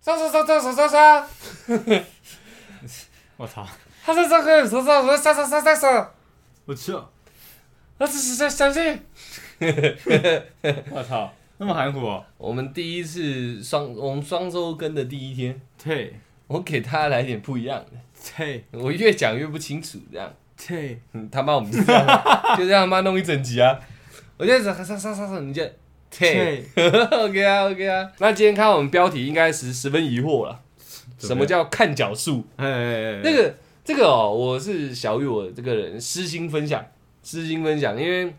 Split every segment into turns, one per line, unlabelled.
上上上上上上上，
我操！
他上上上上上上上上上上，
我去，
那是是相信。
我操，那么含糊、哦？
我们第一次双我们双周更的第一天，
退
我给大家来点不一样的，
退
我越讲越不清楚，这样，
退，
嗯、他妈我们就这样，就这样妈弄一整集啊！我就上上上上上，你就对，OK 啊 OK 啊。那今天看我们标题，应该是十分疑惑了，
怎么样
什么叫看脚术？
哎哎哎，
那个这个哦，我是小雨，我这个人私心分享，私心分享，因为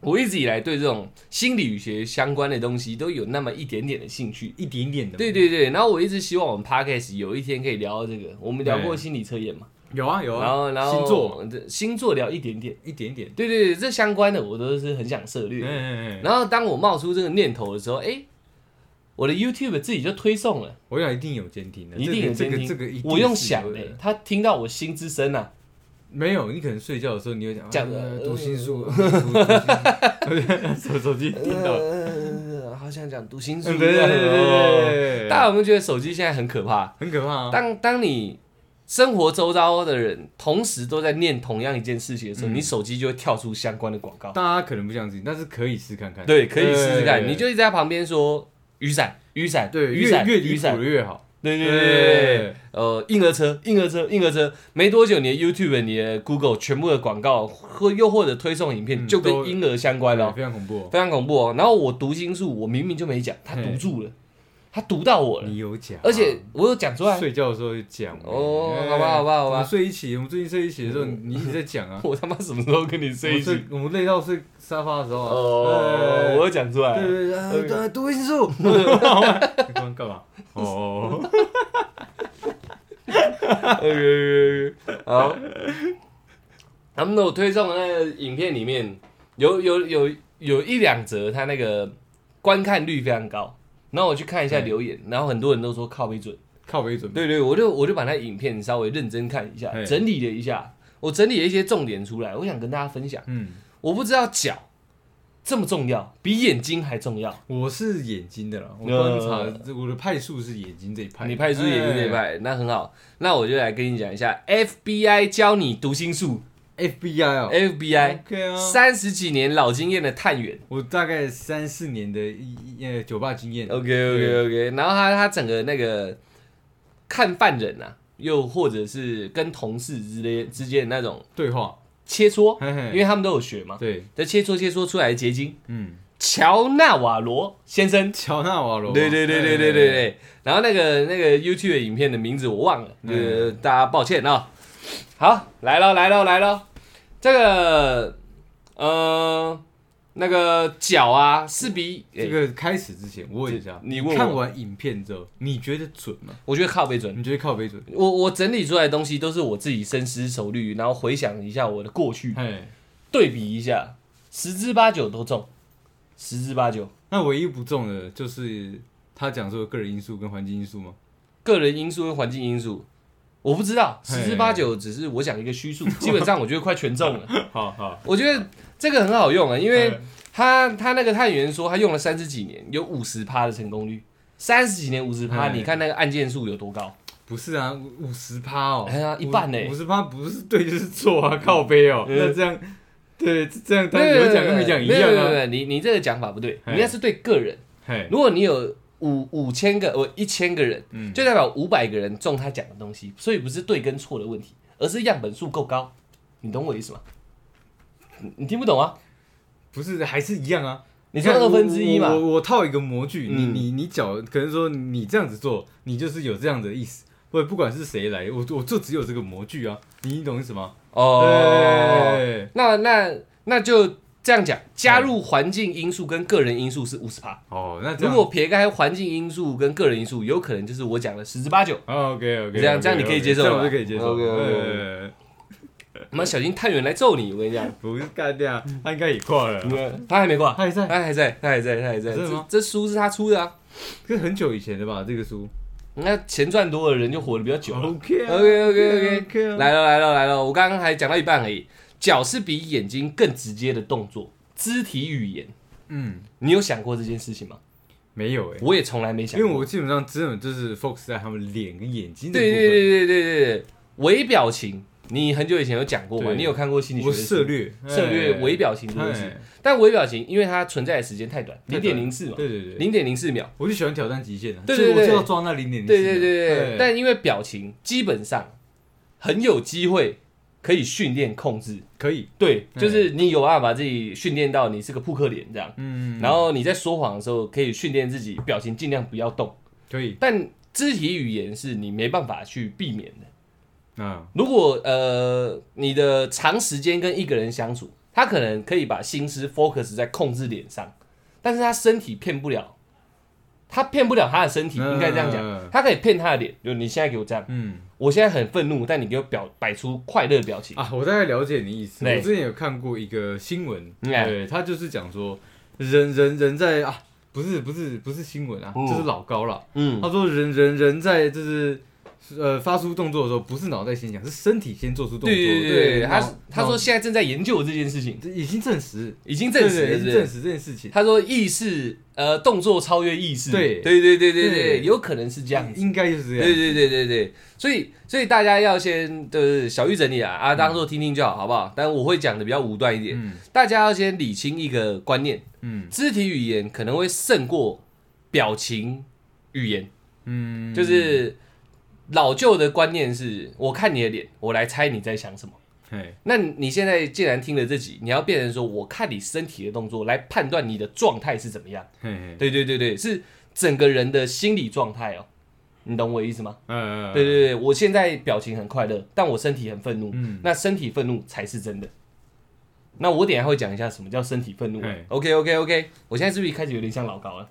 我一直以来对这种心理学相关的东西都有那么一点点的兴趣。
一点点的，
对，对对，然后我一直希望我们 podcast 有一天可以聊到这个。我们聊过
对
心理测验嘛，
有啊有啊，
然后然后
星座
这星座聊一点点，
一点点，
对对对，这相关的我都是很想涉猎的。
嗯嗯嗯，
然后当我冒出这个念头的时候，哎，我的 YouTube 自己就推送了，
我想一定有监听的，
一定有
这
监
个
听。
这个这个一定
我用
是
想
有
的
的，
他听到我心之声啊，
没有，你可能睡觉的时候你会讲
讲
啊
呃
读心术，读读心术手手机听到，
呃， 好想讲读心术。哦
对对对对对，
大家有没有觉得手机现在很可怕？
很可怕啊，
当当你生活周遭的人同时都在念同样一件事情的时候，
嗯
你手机就会跳出相关的广告。
大家可能不相信，但是可以试看看，
对，可以试试
对
看。你就一直在旁边说雨伞、雨伞、
对
雨
越
伞、
越
雨
离谱的
伞。
越好，
对对对对对
对，
呃，婴儿车、婴儿车、婴儿车，没多久，你的 YouTube、你的 Google 全部的广告，或又或者推送影片，
嗯
就
都
跟婴儿相关了、
非常恐怖哦，
非常恐怖哦。然后我读心术，我明明就没讲，他
嘿
读住了，他读到我了，
你有讲啊，
而且我有讲出来，
睡觉的时候就讲
哦
哎
好吧好吧好吧
我们睡一起，我们最近睡一起的时候，你一直在讲啊，
我他妈什么时候跟你睡一
我
起
们？我们累到睡沙发的时候啊，
哦，我有讲出来
哎，对
了，
对对
对
啊对，读心术，你刚刚干嘛？哦，
好，他们我推送的那个影片里面有有有有一两则，他那个观看率非常高。然后我去看一下留言，然后很多人都说靠没准。
靠背准备，
对对，我就我就把那影片稍微认真看一下，
嘿
整理了一下，我整理了一些重点出来，我想跟大家分享。
嗯，
我不知道脚这么重要，比眼睛还重要。
我是眼睛的啦，我观
呃
察我的派数是眼睛这一派，
你派出眼睛这一派，那很好。那我就来跟你讲一下 FBI 教你读心术。
哎 FBI 哦
FBI
OK 啊，
三十几年老经验的探员。
我大概三四年的一一呃酒吧经验
OK OK OK，然后嗯他他整个那个看犯人啊，又或者是跟同事之间之间的那种
对话，
切磋，
嘿嘿
因为他们都有学嘛，
对，
这切磋切磋出来的结晶。
嗯，
乔纳瓦罗先生，
乔纳瓦罗，
对对对对对对
哎，
对。然后那个那个 YouTube 的影片的名字我忘了，呃，大家抱歉啊、好，来喽来喽来喽，这个呃那个脚啊是比诶
这个开始之前我问一下，
你问我
看完影片之后，你觉得准吗？
我觉得靠背准。
你觉得靠背准？
我我整理出来的东西都是我自己深思熟虑，然后回想一下我的过去，
哎，
对比一下，十之八九都中，十之八九。
那唯一不中的就是他讲说个人因素跟环境因素吗？
个人因素跟环境因素，我不知道，
嘿
十之八九只是我讲一个虚数，基本上我觉得快全中了。
好好，
我觉得这个很好用啊，因为
嗯
他他那个探员说他用了三十几年，有五十趴的成功率，三十几年五十趴，
嗯
你看那个案件数有多高？
不是啊，五十趴哦，
哎呀一半呢
五十趴不是对就是错啊，靠 背哦，
嗯
那这样，对，这样当然有讲跟没讲一样
没有没有没
啊，
有你你这个讲法不对，
嘿
你那是对个人。
嘿，
如果你有五五千个呃一千个人，
嗯
就代表五百个人中他讲的东西，所以不是对跟错的问题，而是样本数够高。你懂我意思吗？你你听不懂啊？
不是还是一样啊。
你说
看
二分之一嘛
我我我套一个模具，你
嗯
你你脚，可能说你这样子做，你就是有这样的意思。不不管是谁来，我我就只有这个模具啊，你懂意思吗？
哦，
对
那那那就这样讲，加入环境因素跟个人因素是五十趴。
哦，那这
如
样
果撇开环境因素跟个人因素，有可能就是我讲的十之八九。
OK OK，
这样这样你可以接受
哦这
吧
样我就可以接受。
OK，OK，OK
对嗯
那小心探员来揍你！我跟你讲，
不是干这样，
嗯
他应该也挂了，
他还没挂，
嗯他还在，
他还在，他还在，他还在。
真的吗
这这书是他出的啊。
这很久以前的吧？这个书
那钱赚多的人就活得比较久了。
OK
OK，OK，OK
OK
来
来
了来了来了，我刚刚还讲到一半而已。脚是比眼睛更直接的动作，肢体语言。
嗯，
你有想过这件事情吗？
没有哎、
我也从来没想
因为
过，
我基本上真的就是 focus 在他们脸跟眼睛的部
对
分，
对对对对对对，微表情，你很久以前有讲过嘛？
对
你有看过心理学
我
的书
涉略
策略微表情这
哎
东西
哎，
但微表情因为它存在的时间太短，
太
零
短
点零四嘛，
对对对，
零点零四秒，
我就喜欢挑战极限的，
对
所
对
以
对
我就要抓那零点零啊哎
对对对对。
但
但因为表情基本上很有机会可以训练控制，
可以，
对，
嗯
就是你有办法把自己训练到你是个扑克脸这样，
嗯，
然后你在说谎的时候可以训练自己表情尽量不要动，
可以，
但肢体语言是你没办法去避免的。
啊，
如果呃你的长时间跟一个人相处，他可能可以把心思 focus 在控制脸上，但是他身体骗不了，他骗不了他的身体，
嗯
应该这样
嗯嗯
讲，他可以骗他的脸，就你现在给我这样，
嗯
我现在很愤怒，但你给我表摆出快乐的表情，
啊，我大概了解你意思。
对
我之前有看过一个新闻，
嗯
对，他就是讲说，人人人在啊，不是不是不是新闻啊，
嗯
就是老高啦。
嗯，
他说人人人在就是。呃，发出动作的时候，不是脑袋先想，是身体先做出动作。
对对对对，他
脑
他说现在正在研究这件事情，
脑已经证实，
已经证实
对对
了，
已
是
经
不
证
是？
实这件事情，
他说意识呃动作超越意识，
对
对对对对
对
对，有可能是这样子。
应该就是这样。
对对对对对，所以所以大家要先就是小玉整理啊啊，当做听听就好，好不好？但我会讲的比较武断一点，
嗯
大家要先理清一个观念，
嗯
肢体语言可能会胜过表情语言，
嗯，
就是老旧的观念是，我看你的脸，我来猜你在想什么。
嘿，
那你现在既然听了这集，你要变成说，我看你身体的动作来判断你的状态是怎么样。
嘿嘿，
对对对对，是整个人的心理状态哦，你懂我意思吗？
呃，
对对对，我现在表情很快乐，但我身体很愤怒。
嗯
那身体愤怒才是真的。那我等一下会讲一下什么叫身体愤怒啊
嘿。
OK OK OK，我现在是不是开始有点像老 高了？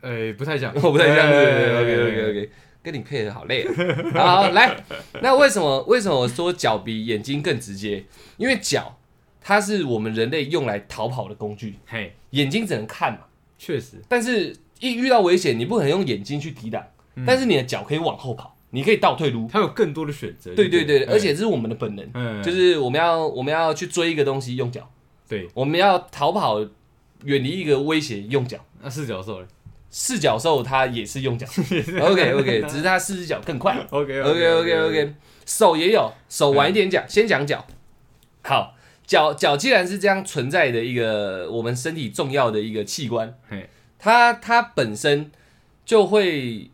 呃，不太像，
我 不太像
哎
对对对 OK OK OK，跟你配合好累啊。 好好，来，那为什么为什么我说脚比眼睛更直接？因为脚它是我们人类用来逃跑的工具，
嘿，
眼睛只能看嘛。
确实，
但是一遇到危险，你不可能用眼睛去抵挡，
嗯
但是你的脚可以往后跑，你可以倒退撸。
他有更多的选择。
对对对，
不
而且这是我们的本能，
嗯，
就是我们要我们要去追一个东西用脚，
对，
我们要逃跑，远离一个威胁用脚。
那四角兽嘞
四脚兽它也是用脚，OK OK，只是它四只脚更快。
，OK
OK OK OK，手也有，手晚一点讲，先讲脚。好，脚脚既然是这样存在的一个我们身体重要的一个器官，
嘿，
它它本身就会，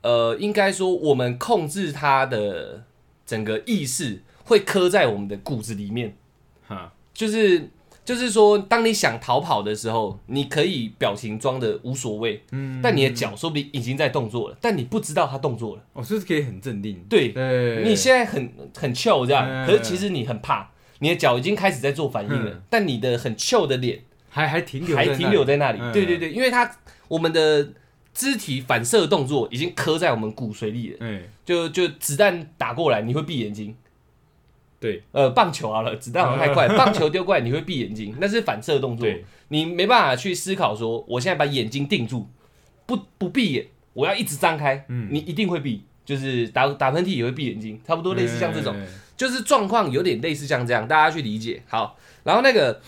呃，应该说我们控制它的整个意识会刻在我们的骨子里面。
哈，
就是就是说，当你想逃跑的时候，你可以表情装的无所谓，
嗯，
但你的脚说不定已经在动作了，但你不知道它动作了。
哦，就是可以很镇定。
对
对，
你现在很很 chill 这样，
嗯
可是其实你很怕，你的脚已经开始在做反应了
嗯，
但你的很 chill 的脸
还还停留在
还
那里
停留在那里
嗯。
对对对，因为它我们的肢体反射动作已经刻在我们骨髓里了，
哎，
就就子弹打过来，你会闭眼睛。
对
呃，棒球好了，子弹好像太 快，棒球丢过来你会闭眼睛，那是反射动作，
对，
你没办法去思考说，我现在把眼睛定住，不不闭眼，我要一直张开，
嗯
你一定会闭，就是打打喷嚏也会闭眼睛，差不多类似像这种，
哎，
就是状况有点类似像这样，大家去理解好。然后那个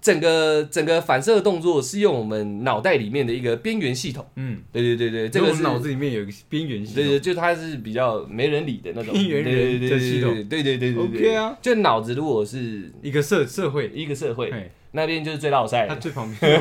整个整个反射动作是用我们脑袋里面的一个边缘系统，
嗯，
对对对对，这
这个
个是
脑子里面有一个边缘系
对
统，
对，就它是比较没人理的那种
边缘人
对对
的
对
系统
对对对对对
OK 啊，
就脑子如果是
一个社社会，
一个社会，
哎，
那边就是最落赛
他
的，
最旁边。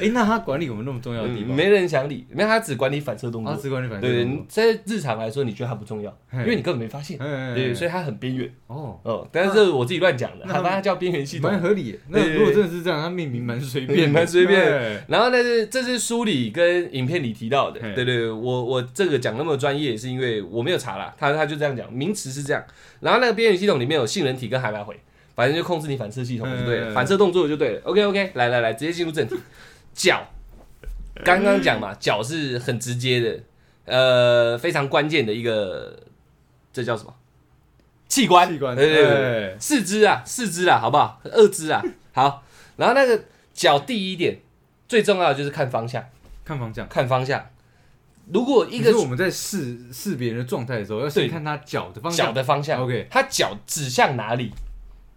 哎，那他管理我们那么重要的地
嗯
方，
没人想理，没有他只管理反射动
他
作，
只管理反
对
正
对，在日常来说你觉得它不重要，
嘿
因为你根本没发现，
哎，
对，所
以
以它很边缘，
哦，
哦，但是这是我自己乱讲的，
那
它它叫边缘系统
蛮。合理的。那
对对
如果真的是这样，他命名蛮随便
也
的，
蛮随便
哎
然后，但是这是书里跟影片里提到的，
嘿
对对，我我这个讲那么专业，是因为我没有查啦，他他就这样讲，名词是这样。然后那个边缘系统里面有杏仁体跟海马回，反正就控制你反射系统就对
嗯
了，反射动作就对了。OK OK，来来来，直接进入正题，脚，刚刚讲嘛，脚是很直接的，呃，非常关键的一个，这叫什么？器官，
器官
对对对对，
哎
四肢啊，四肢啊，好不好？二肢啊， 好。然后那个脚第一点最重要的就是看方向，
看方向。
看方向。如果一
一个
个
是我们在试试别人的状态的时候，要先
对
看他脚的方
脚
向。
的方向
OK
他脚指向哪里，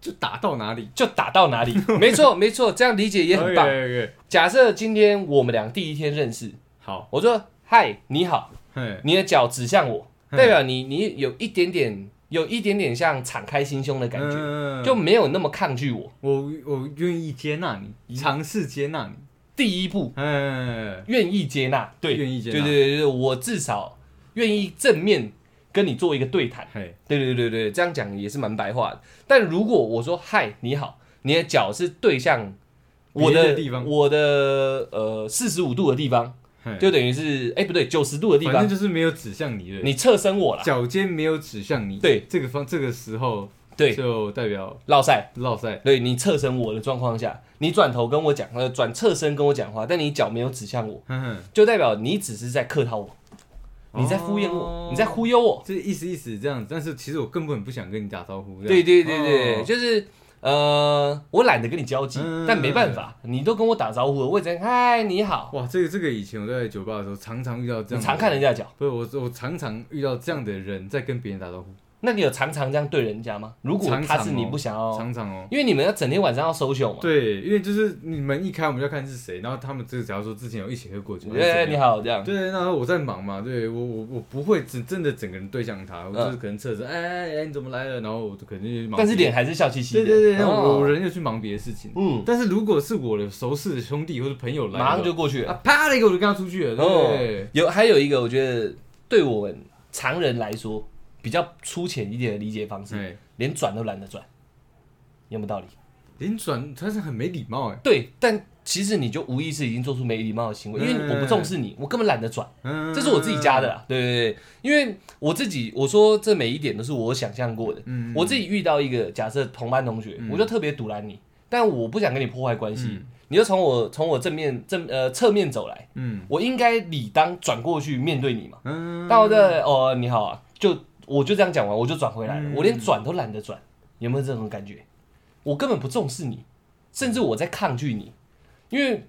就打到哪里。哎
就打到 哪里。没错，没错，这样理解也很棒。
OK，OK，
假设今天我们俩第一天认识，
好，
我说嗨，你好，
嘿，
你的脚指向 我，
嗯
代表你你有一点点有一点点像敞开心胸的感觉，
嗯
就没有那么抗拒我。
我我愿意接纳
嗯
你，尝试接纳你，
第一步，
哎，
愿意接纳，对，
愿意接纳
对对对对，我至少愿意正面跟你做一个对谈。
嘿，
对对对对，这样讲也是蛮白话的。但如果我说嗨，你好，你的脚是对向我
别
的
的地方
我的呃四十五度的地方，
嘿
就等于是哎不对九十度的地
反正
方，
就是没有指向你的，
你侧身我了，
脚尖没有指向你，
对，
这个方这个时候
对，
就代表
绕赛，
绕赛，
对你侧身我的状况下，你转头跟我讲，呃转侧身跟我讲话，但你脚没有指向我，
哼哼，
就代表你只是在客套我，你在敷衍
哦
我，你在忽悠我，
这意思意思这样子，但是其实我根本不想跟你打招呼，这
对
样
对对对，
哦
就是呃，我懒得跟你交际，
嗯
但没办法，你都跟我打招呼了，我也只能嗨你好，
哇，这个这个以前我在酒吧的时候常常遇到这
你
样，
常看人，家的脚，
不是我我常常遇到这样的人在跟别人打招呼，
那你有常常这样对人家吗？如果
常
他
常
是你
哦
不想要，
常常哦。
因为你们要整天晚上要 social 嘛，
对，因为就是你们一开，我们就要看是谁，然后他们这个只要说之前有一起喝过酒，
哎你
好。
好这样，
对，那我在忙嘛，对我我我不会真真的整个人对向他，我就是可能侧着，哎哎哎，你怎么来了？然后我就可能就去忙别的，
嗯但是脸还是笑嘻嘻
对
的，
对对，那
哦
我人就去忙别的事情。
嗯，
但是如果是我的熟识的兄弟或者朋友来了，
马上就过去了。
啊啪的一个我就跟他出去了，对不对？
哦，有还有一个，我觉得对我们常人来说比较粗浅一点的理解方式，
哎，
连转都懒得转，有没有道理？
连转他是很没礼貌哎，
对，但其实你就无意识已经做出没礼貌的行为，因为我不重视你，我根本懒得转，
嗯，
这是我自己加的，啦。对对对，因为我自己我说这每一点都是我想象过的。
嗯，
我自己遇到一个假设同班同学，
嗯
我就特别堵拦你，但我不想跟你破坏关系，你就从我从我正面正呃侧面走来，
嗯
我应该理当转过去面对你嘛。
嗯，
到这哦你好啊，就我就这样讲完，我就转回来了，
嗯
我连转都懒得转，有没有这种感觉？我根本不重视你，甚至我在抗拒你，因为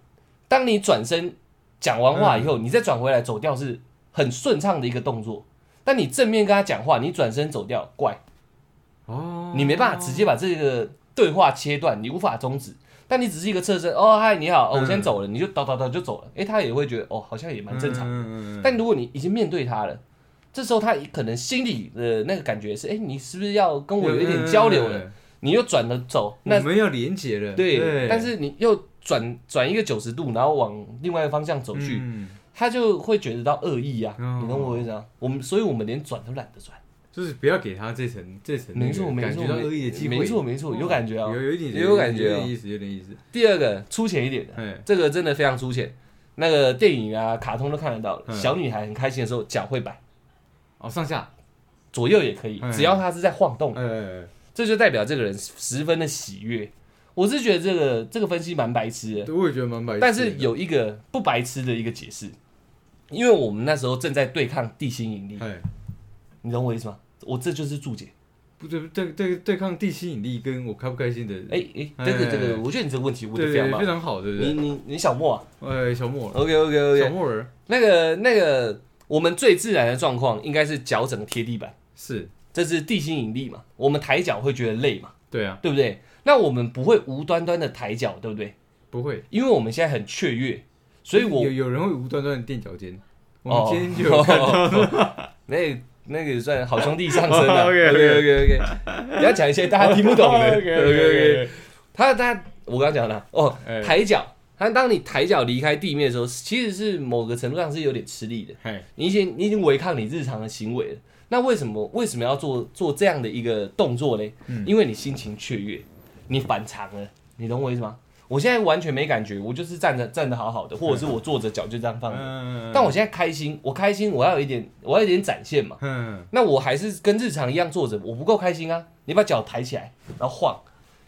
当你转身讲完话以
嗯
后，你再转回来走掉是很顺畅的一个动作。但你正面跟他讲话，你转身走掉，怪
哦，
你没办法直接把这个对话切断，你无法终止。但你只是一个侧身，哦嗨你好，哦我先
嗯
走了，你就叨叨叨就走了，诶，他也会觉得哦好像也蛮正常的。
嗯嗯嗯嗯
但如果你已经面对他了，这时候他可能心里的那个感觉是，哎、你是不是要跟我有一点交流了？，你又转了走，
那
那
我们要连结了，
嗯对，但是你又转转一个九十度，然后往另外一个方向走去，
嗯
他就会觉得到恶意啊。
哦
你懂我意思啊？我们所以我们连转都懒得转。
就是不要给他这层这层那个
没错，没
感
错，
觉到恶意的机会，哦
没错，没错，有感觉啊
有。有一点
有感觉
有
啊
点意思，有点意思，
第二个粗浅一点的，
哎，
这个真的非常粗浅。那个电影啊、卡通都看得到，
嗯
小女孩很开心的时候，脚会摆，
哦上下，
左右也可以，
嗯
只要她是在晃动的。
哎，
这就代表这个人十分的喜悦。我是觉得这个这个分析蛮白痴的，
对，我也觉得蛮白痴的，
但是有一个不白痴的一个解释，因为我们那时候正在对抗地心引力，
哎，
你懂我意思吗？我这就是注解。
不对对对对抗地吸引力跟我开不开心的，
哎哎，这个
哎
这个，我觉得你这个问题问
对
的非常
对
棒。
非常好，对不
你
对？
你你小莫啊
哎，小莫
，OK OK
尔，小
OK，
莫尔
那个那个，我们最自然的状况应该是脚整个贴地板，
是，
这是地心引力嘛？我们抬脚会觉得累嘛，
对啊，
对不对？那我们不会无端端的抬脚，对不对？
不会，
因为我们现在很雀跃，所以我
有有人会无端端地垫脚尖，我
哦，
们今天就 有看到，
那那个也算好兄弟上身了、
OK，OK
OK OK，不要讲一些大家听不懂的。
OK，OK，OK
他他我刚刚讲了哦
哎，
抬脚，他当你抬脚离开地面的时候，其实是某个程度上是有点吃力的。
哎，
你已经你已经违抗你日常的行为了。那为什么为什么要做做这样的一个动作呢？因为你心情雀跃，你反常了，你懂我意思吗？我现在完全没感觉，我就是站着站着好好的，或者是我坐着脚就这样放着。
嗯，
但我现在开心，我开心，我要有一点，我要有一点展现嘛。
嗯，
那我还是跟日常一样坐着，我不够开心啊！你把脚抬起来，然后晃，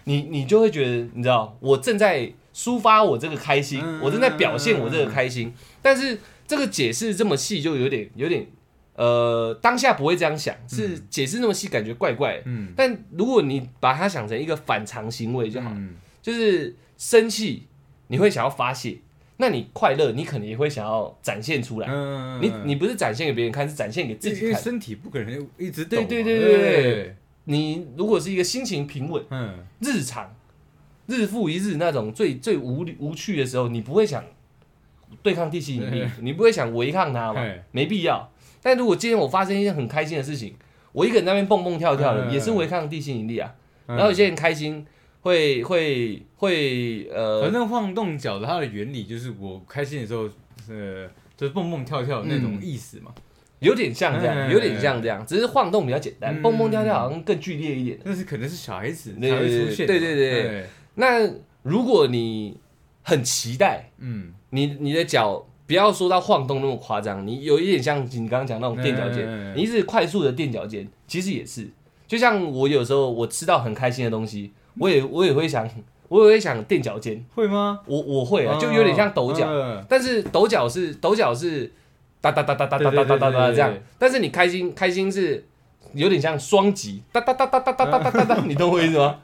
你你就会觉得，你知道，我正在抒发我这个开心，
嗯
我正在表现我这个开心。但是这个解释这么细，就有点有点，呃，当下不会这样想，是解释那么细，感觉怪怪。
嗯，
但如果你把它想成一个反常行为就好，
嗯
就是生气你会想要发泄，那你快乐你可能也会想要展现出来。
嗯，
你你不是展现给别人看，是展现给自己
因为
看。
身体不可能一直抖
对
嘛
对对对对你如果是一个心情平稳、
嗯，
日常、日复一日那种最最无无趣的时候，你不会想对抗地心引力
嘿，
你不会想违抗它嘛
嘿，
没必要。但如果今天我发生一件很开心的事情，我一个人在那边蹦蹦跳跳的，
嗯
也是违抗地心引力啊。
嗯
然后有些人开心会会会呃
反，正晃动脚的它的原理就是我开心的时候，呃，就是蹦蹦跳跳那种意思嘛。
有点像这样，
嗯
有点像这样，只是晃动比较简单，
嗯
蹦蹦跳跳好像更剧烈一点。
但是可能是小孩子才
对
会出现的
对对
嘛，
对
对，
那如果你很期待，
嗯，
你你的脚不要说到晃动那么夸张，你有一点像你刚刚讲那种垫脚尖，
嗯
你一直快速的垫脚尖，其实也是，就像我有时候我吃到很开心的东西，我也我也会想，我也会想垫脚尖，
会吗？
我我会啊，就有点像抖脚，
嗯
但是抖脚是抖脚是哒哒哒哒哒哒哒哒哒哒这样，但是你开心开心是有点像双击哒哒哒哒哒哒哒哒哒 哒，你懂我意思吗？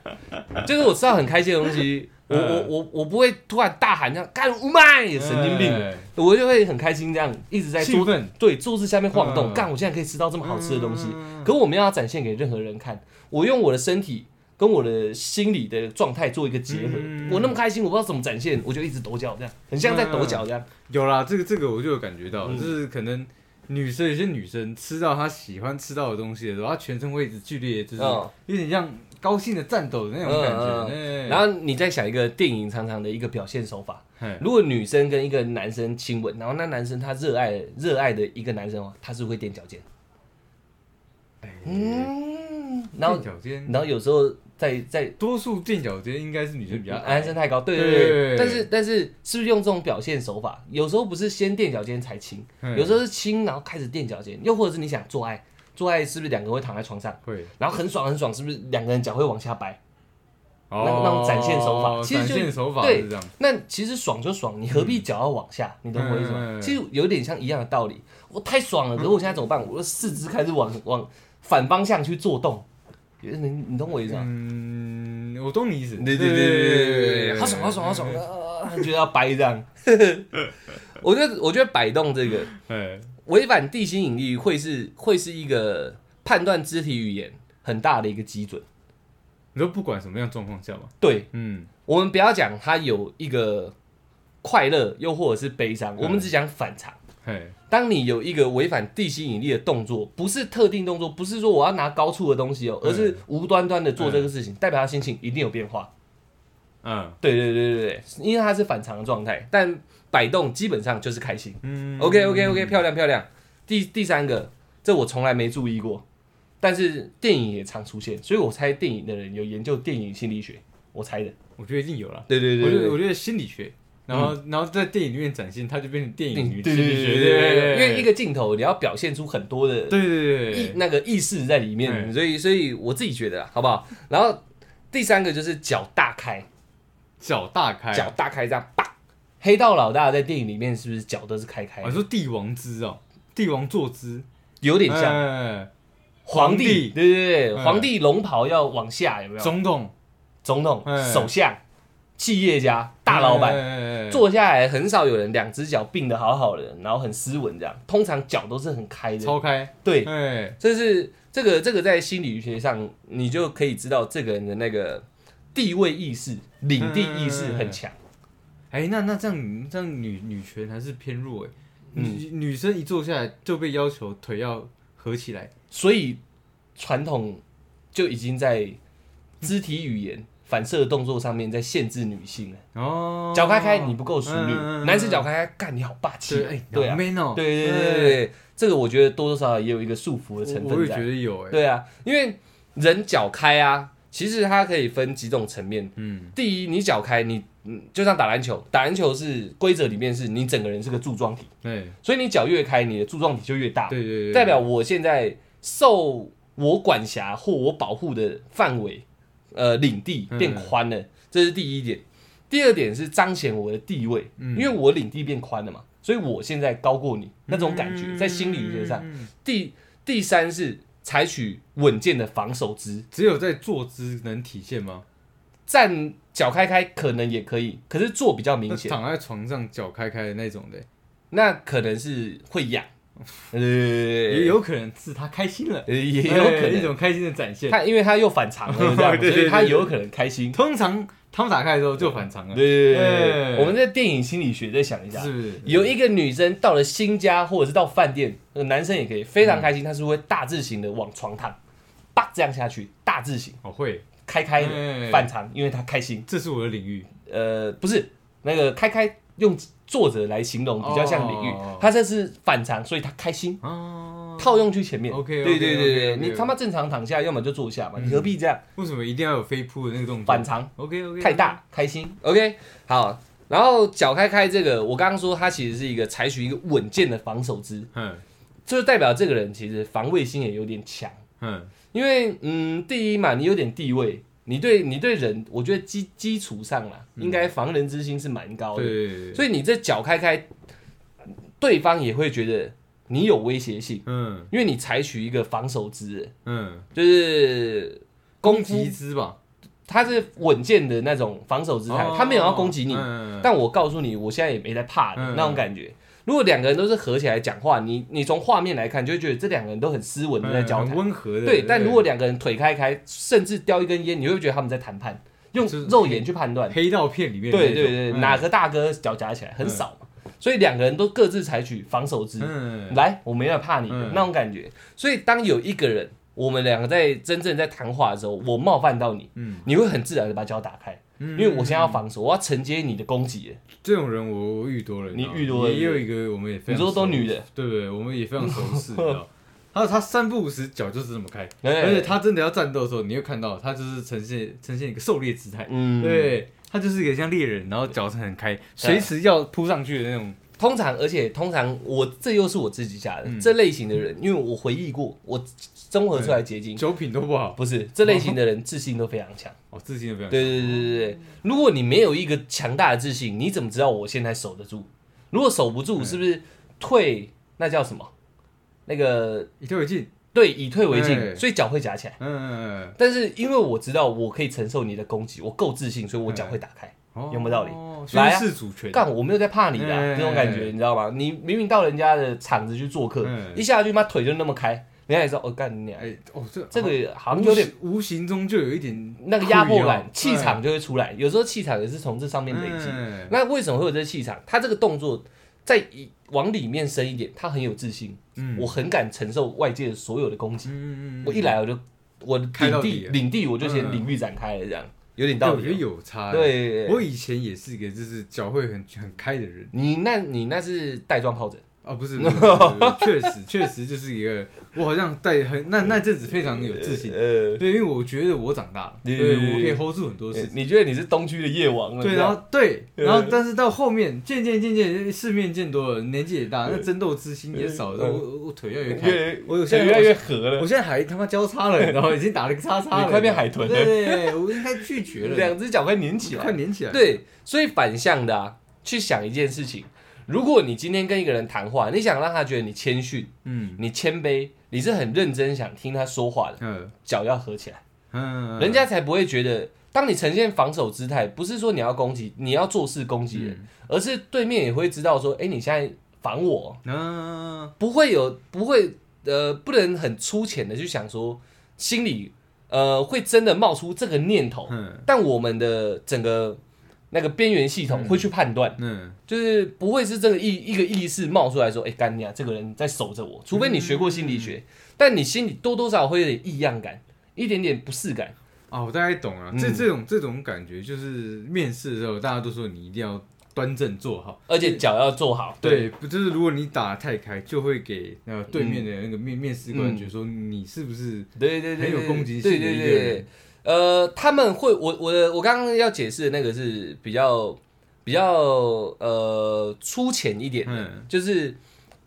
就是我吃到很开心的东西，我我我我不会突然大喊这样干五麦神经病，，
哎
我就会很开心这样一直在
兴
桌
奋
对桌子下面晃动，
嗯
干我现在可以吃到这么好吃的东西，
嗯
可我没有要展现给任何人看，我用我的身体。跟我的心理的状态做一个结合，
嗯
我那么开心，我不知道怎么展现，我就一直抖脚这样，很像在抖脚这样。
有啦，这个这个我就有感觉到，
嗯
就是可能女生有些女生吃到她喜欢吃到的东西的时候，她全身会一直剧烈，就是
嗯
有点像高兴的战斗的那种感觉。哎
然后你再想一个电影常常的一个表现手法，
嘿
如果女生跟一个男生亲吻，然后那男生他热爱热爱的一个男生哦，他是会踮脚尖，嗯，然后
垫哎脚尖，
然后有时候在在
多数垫脚尖应该是女生比较矮
男生太高，对对
对
对，
对对
但是但是是不是用这种表现手法？有时候不是先踮脚尖才亲，
嗯
有时候是亲然后开始踮脚尖，又或者是你想做爱，做爱是不是两个人会躺在床上，
会
然后很爽很爽，是不是两个人脚会往下掰？那那种展现手法
哦
其实
展
就
现手法
对
是这样，
那其实爽就爽，你何必脚要往下？你懂我意思吗？
嗯
其实有点像一样的道理。我太爽了，可是我现在怎么办？我的四肢开始往往反方向去做动，你你懂我意思吗？
嗯，我懂你意思，
对对对对对对，好爽好爽好爽，啊就要掰这样。我觉得我觉得摆动这个
哎，
违反地心引力会是会是一个判断肢体语言很大的一个基准。
你说不管什么样状况下嘛，
对，
嗯，
我们不要讲它有一个快乐，又或者是悲伤，我们只讲反常。
嘿，
当你有一个违反地心引力的动作，不是特定动作，不是说我要拿高处的东西哦，
嗯
而是无端端的做这个事情，代表他心情一定有变化。
嗯
对对对对对，因为它是反常的状态，但摆动基本上就是开心。
嗯
OK OK OK，漂亮漂亮。第第三个，这我从来没注意过，但是电影也常出现，所以我猜电影的人有研究电影心理学，我猜的。
我觉得一定有了。
对对
我
对
觉
对
得我觉得心理学，然后、然后在电影里面展现，它就变成电
电
影
影
女
对
心
对
理
对
学，
对对对，因为一
个
个镜头你要表现出很多的
对对
意
对对，
那个意识在里面，
对
所以所以我自己觉得啦，好不好？然后第三个就是脚大开，
脚大开、
脚
啊，
大开这样啪，黑道老大在电影里面是不是脚都是开开
我、
的？
说帝王姿哦，帝王坐姿，
有点像
哎
皇
皇
帝，
帝
对对对，
嗯
皇帝龙袍要往下，有没有？
总统
总统、
嗯
首相、企业
哎
家、大老板。
板，
坐下来很少有人两只脚并得好好的，然后很斯文这样。通常脚都是很开的，
超开，
对，
哎，
这是这个这个在心理学上，你就可以知道这个人的那个地位意识、领地意识很强。
哎，那那这样这样女女权还是偏弱哎，
嗯
女、女生一坐下来就被要求腿要合起来，
所以传统就已经在肢体语言、反射动作上面在限制女性了。
哦，
脚开开你不够淑女，
嗯嗯嗯
男生脚开开，干你好霸气
对，
啊
哎，，
对
好
啊，
man 哦，
对对对对
哎，
对，这个我觉得多多少少也有一个束缚的成
我我
分
也觉
在。
得有哎，
对啊，因为人脚开啊，其实它可以分几种层面。
嗯，
第一，你脚开，你嗯，就像打篮球，打篮球是规则里面是你整个人是个柱状体，
哎，
所以你脚越开，你的柱状体就越大，
对对对，对
代表我现在受我管辖或我保护的范围，呃，领地变宽
嗯
了，这是第一点。第二点是彰显我的地位，
嗯
因为我领地变宽了嘛，所以我现在高过你，那种感觉在心理学上。
嗯
第第三是采取稳健的防守姿，
只有在坐姿能体现吗？
站脚开开可能也可以，可是坐比较明
那
显。
躺在床上脚开开的那种的，
那可能是会痒，也
也有可能是他开心了，
也
也
有可
一
能
种开心的展现。
他因为他又反常了，这样，
对对对
所以他
对对
有可能开心。
通常他们打开的时候就反常了，
对对对对对
哎
我们在电影心理学再想一下，
是不是？
有一个女生到了新家或者是到饭店，那个男生也可以非常开心，他是会大字型的往床躺，叭这样下去，大字型
我哦会，
开开的
哎
反常，因为他开心。
这是我的领域。
呃，不是那个开开用作者来形容比较像领域
哦，
他这是反常，所以他开心。
哦，
套用去前面
OK，OK，
对对对对，
OK，OK，OK
你他妈正常躺下，要么就坐下嘛，你何必这样
为什么一定要有飞扑的那个动作？
反常？
OK OK，
太大开心。OK，好，然后脚开开这个，我刚刚说它其实是一个采取一个稳健的防守姿，
嗯
这就代表这个人其实防卫心也有点强，
嗯，
因为嗯，第一嘛，你有点地位。你对你对人，我觉得基基础上啦，应该防人之心是蛮高的。
对对对，
所
以
以你这脚开开，对方也会觉得你有威胁性，
嗯
因为你采取一个防守之，
嗯，
就是
攻
攻
击
击，
之吧，
他是稳健的那种防守姿态，
哦
他没有要攻击你，
嗯
但我告诉你，我现在也没在怕你、
嗯
那种感觉。如果两个人都是合起来讲话，你你从画面来看，就会觉得这两个人都很斯文的在交
嗯
谈。
温和的。
对，但如果两个人腿开开，甚至叼一根烟，你会觉得他们在谈判，用
就是
肉眼去判断。
黑道片里面的那
对
种，
对对，
嗯
哪个大哥脚夹起来很少嘛，所以两个人都各自采取防守姿，
嗯，
来，我没有怕你的
嗯
那种感觉。所以当有一个人，我们两个在真正在谈话的时候，我冒犯到你，
嗯
你会很自然的把脚打开，因
因
为我现在要防守，我要承接你的攻击了。
嗯这种人我我遇多了，知道吗
你遇多了
也有一个我们也非常
你说都女的
熟，对对，我们也非常熟 识，你知道。他他三不五时脚就是这么开，
哎
而且他真的要战斗的时候，你会看到他就是呈现呈现一个狩猎姿态，
嗯，。
对他就是一个像猎人，然后脚是很开，随时要扑上去的那种。
通常，而且通常我这又是我自己下的、
嗯
这类型的人，因为我回忆过，我综合出来结晶、
酒品都不好，
不是这类型的人自信都非常 强。
哦，自信都不要。
对对对对对，如果你没有一个强大的自信，你怎么知道我现在守得住？如果守不
嗯
住，是不是退？那叫什么？那个
以退为进，
对，以退为进，
哎
所以脚会夹起来。
嗯，
但是因为我知道我可以承受你的攻击，我够自信，所以我脚会打开。
哦
有没有道理来
宣
啊
誓主权，
干，我没有在怕你的、啊
哎
这种感觉，你知道吗？你明明到人家的场子去做客，
哎
一下去妈腿就那么开，人家也知道哦，干你娘、
哎，哦，这
这个好像
无
有点
形无形中就有一点
那个压迫感
酷，
气
哦
场就会出来。有时候气场也是从这上面累积。
嗯
那为什么会有这气场？他这个动作再一往里面深一点，他很有自信，
嗯
我很敢承受外界所有的攻击。
嗯嗯嗯
我一来我就我领
开到底
地
了
领地我就先
嗯
领域展开了，这样有点
对
道
我觉得
理哦。
有差。
对，对，
啊我
对
以前也是一个就是脚会很很开的人
你那你那是带状疱疹。
啊，不是，不是不是确实确实就是一个我好像带很那那阵子非常有自信，
呃，
对，因为我觉得我长大了，
对
对，
对对
我可以 hold 住很多事情。
你觉得你是东区的夜王了？
对，
这样
然后对，
呃
然后但是到后面渐渐渐渐世面见多了，年纪也大，那争斗之心也少了，
呃
我我我腿越来越开，
越
我有
越
现在
越来越合了
我，现在还他妈交叉了，然后已经打了个叉叉了，
你快变海豚了
对对对，我应该拒绝了，
两只脚快粘起来
快。粘起来，
对，所以反向的啊，去想一件事情。如果你今天跟一个人谈话，你想让他觉得你谦逊、
嗯，
你谦卑，你是很认真想听他说话的，
嗯
脚要合起来，
嗯，
人家才不会觉得。当你呈现防守姿态，不是说你要攻击，你要做事攻击人，
嗯
而是对面也会知道说，哎、你现在防我，
嗯，
不会有不会呃，不能很粗浅的去想说，心里呃会真的冒出这个念头，
嗯
但我们的整个那个边缘系统会去判断，
嗯，
就是不会是这个意一个意识冒出来说，哎、干你啊，这个人在守着我，除非你学过心理学，
嗯
但你心里多多少少会有点异样感，一点点不适感，
哦，我大概懂了。
嗯
这这种这种感觉，就是面试的时候，大家都说你一定要端正坐好。
而且脚要做好，
对，不就是如果你打得太开，就会给呃对面的那个面、面试官
嗯
觉得说你是不是
对对对，
很有
对
攻击
对
性的
对
一个
对对
人
呃，他们会，我我的我刚刚要解释的那个是比较比较呃粗浅一点的，
嗯
就是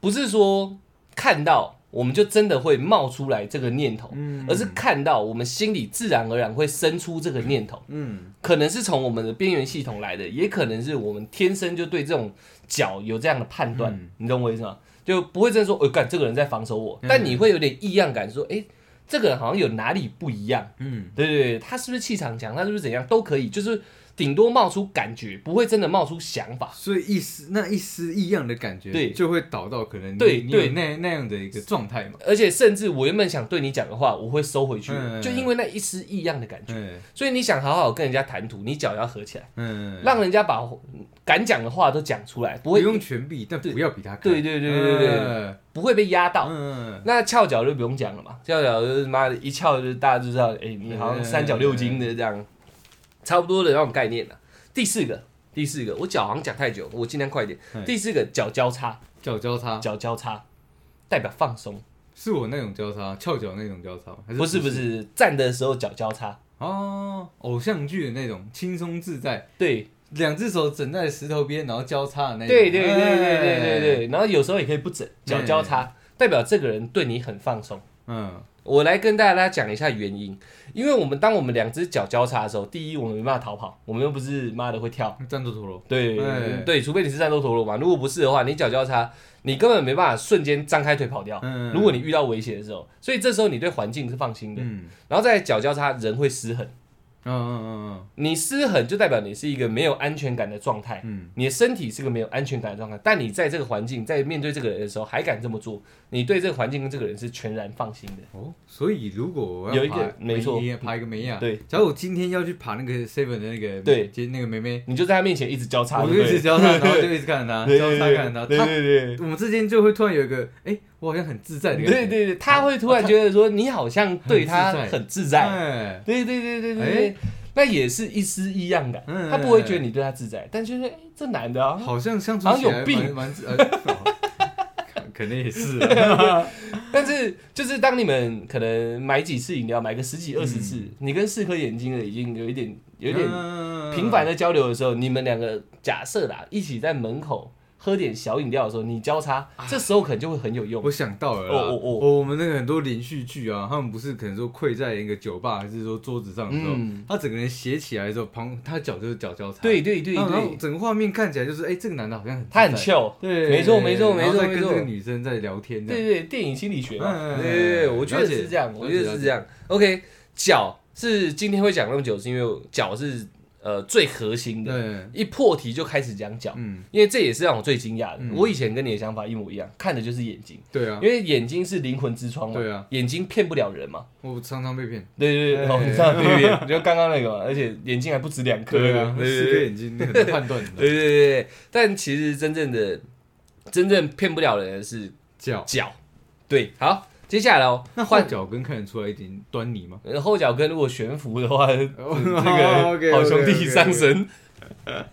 不是说看到我们就真的会冒出来这个念头，
嗯
而是看到我们心里自然而然会生出这个念头，
嗯
可能是从我们的边缘系统来的，也可能是我们天生就对这种脚有这样的判断，
嗯
你懂我意思吗？就不会真的说，哎、干这个人在防守我，
嗯
但你会有点异样感，说，哎、这个人好像有哪里不一样，
嗯
对对对，他是不是气场强，他是不是怎样都可以，就是顶多冒出感觉，不会真的冒出想法。
所以一丝那一丝异样的感觉，
对
就会导到可能你
对
你
对
有那那样的一个状态嘛。
而且甚至我原本想对你讲的话，我会收回去，
嗯
就因为那一丝异样的感觉。
嗯
所以你想好好跟人家谈吐，你脚要合起来，
嗯，
让人家把敢讲的话都讲出来，不
不
会
用全闭，但不要比他看。
对对对对对
嗯
不会被压到。
嗯，
那翘脚就不用讲了嘛，翘脚就是妈的一翘就是大家就知道，哎、你好像三角六筋的这样，差不多的那种概念了。第四个，第四个，我脚好像讲太久，我尽量快一点
嗯。
第四个脚交叉，
脚交叉
脚交叉代表放松，
是我那种交叉，翘脚那种交叉吗，还是
不是不是，站的时候脚交叉，
哦，偶像剧的那种轻松自在，
对
两只手枕在石头边，然后交叉的那种。
对对对对
哎
对对，对，然后有时候也可以不整，脚交叉代表这个人对你很放松。
嗯
我来跟大家讲一下原因，因为我们当我们两只脚交叉的时候，第一我们没办法逃跑，我们又不是妈的会跳，
战斗陀螺，
对、
哎
对，除非你是战斗陀螺嘛，如果不是的话，你脚交叉，你根本没办法瞬间张开腿跑掉。
嗯
如果你遇到危险的时候，所以这时候你对环境是放心的，
嗯
然后再来脚交叉，人会失衡，
嗯嗯
你失衡就代表你是一个没有安全感的状态
嗯，嗯
你的身体是个没有安全感的状态，但你在这个环境，在面对这个人的时候还敢这么做，你对这个环境跟这个人是全然放心的。
嗯哦，所以如果我要
有一
爬
个没错
梅爬一个梅亚，
对，
假如我今天要去爬那个 seven 的那个
对
接那个梅梅，
你就在他面前一直交叉，
我
对
就
不
一
对
直交叉，然后就一直看着他，
对
啊交
对
叉
对
看着
对
他，
对对
他我们之间就会突然有一个，哎，我好像很自在的
对
感觉，
对对，对他会突然觉得说你好像对他
很自在
很自在，
哎，
对对对对对对，那也是一丝一样的，
嗯
他不会觉得你对他自在，但就是哎，这男的啊，
好像相处
好像
起来
有病
蛮蛮自，呃哦可 能也是啊，
但是就是当你们可能买几次饮料，买个十几二十次，
嗯
你跟四颗眼睛的已经有一点有一点频繁
的，
的交流的时候，你们两个假设啦，一起在门口喝点小饮料的时候，你交叉，
啊
这时候可能就会很有用
嗯我。想到了啦，
哦哦哦
我们那个很多连续剧啊，他们不是可能说跪在一个酒吧还是说桌子上的时候，
嗯
他整个人斜起来的时候，旁他脚就是脚交叉，
对对对
然后，然后
对，
整个画面看起来就是，哎，这个男的好像很嗯自在
他很 chill，
对，
没错没错
然
没
后
错
在
没
跟
错
这个女生在聊天这
对
样，
对，电影心理学嘛，
嗯
对对对，我觉得
了解
是这样，我觉
了
得
解
是这样。OK，脚是今天会讲那么久，是因为我脚是呃最核心的，
对，
一破题就开始讲脚，
嗯，
因为这也是让我最惊讶的
嗯。
我以前跟你的想法一模一样，看的就是眼睛，
对啊
因，为眼睛是灵魂之窗嘛
对啊，
眼睛骗不了人嘛。
我常常被骗，
对对对，
哎
哦，你知道对对对，就刚刚那个嘛，而且眼睛还不止两颗，
啊，
对对
四
对
个眼睛很难判断的，
对对对对。但其实真正的真正骗不了人的是
脚，
脚。对，好，接下来哦，
那换脚跟看得出来一点端倪吗？
呃后脚跟如果悬浮的 话， 这
哦
个
，OK，OK，OK，OK
好兄弟上身。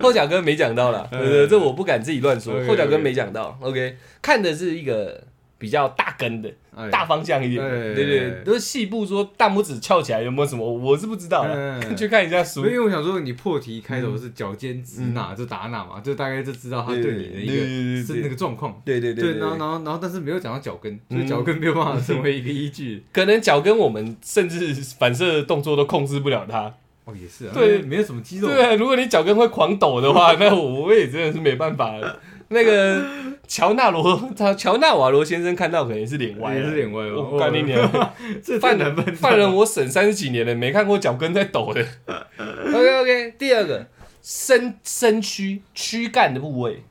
后脚跟没讲到啦，
嗯
对对，这我不敢自己乱说。
OK，OK
后脚跟没讲到，OK，看的是一个比较大根的
哎
大方向一点，
哎
对对，对都是细部说大拇指翘起来有没有什么，我是不知道啦，
嗯
去看一下
所
书
以。因为我想说，你破题开头是脚尖指哪就打哪嘛，就大概就知道他对你的一
嗯对对对对
个是那个状况。
对对对
对，然后
对，
然后然后，但是没有讲到脚跟，所
嗯
以脚跟没有办法成为一个依据。
可能脚跟我们甚至反射动作都控制不了它。
哦，也是啊，
对
因为没有什么肌 肉。
对啊，如果你脚跟会狂抖的话，那我也真的是没办法了。那个 乔纳罗，他乔纳瓦罗先生看到可能也是脸哦歪
也
了，
是脸歪吧哦
我干你 娘！
这太
犯
难办
人犯人，我审三十几年了，没看过脚跟在抖 的。OK OK，第二个身身躯躯干的部位，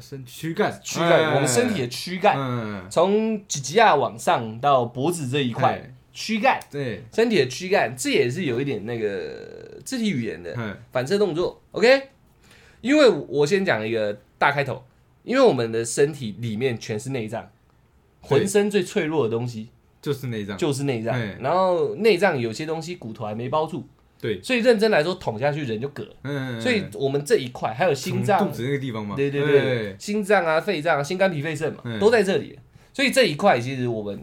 身躯干，
躯干，
哎
我们身体的躯干，
嗯，
从脊脊亚往上到脖子这一块
哎，
躯干，
对，
身体的躯干，这也是有一点那个肢体语言的。
嗯
反射动作，OK？因为我先讲一个大开头，因为我们的身体里面全是内脏，
对
浑身最脆弱的东西
就是那一张，
就是内脏
对，
然后内脏有些东西骨头还没包住，
对，
所以认真来说捅下去人就嗝了，
嗯，
所以我们这一块还有心
从
脏
肚，子那个地方嘛，哎
对对对，
对，
心脏啊、肺脏啊、心肝脾肺肾嘛，
嗯
都在这里，所以这一块其实我们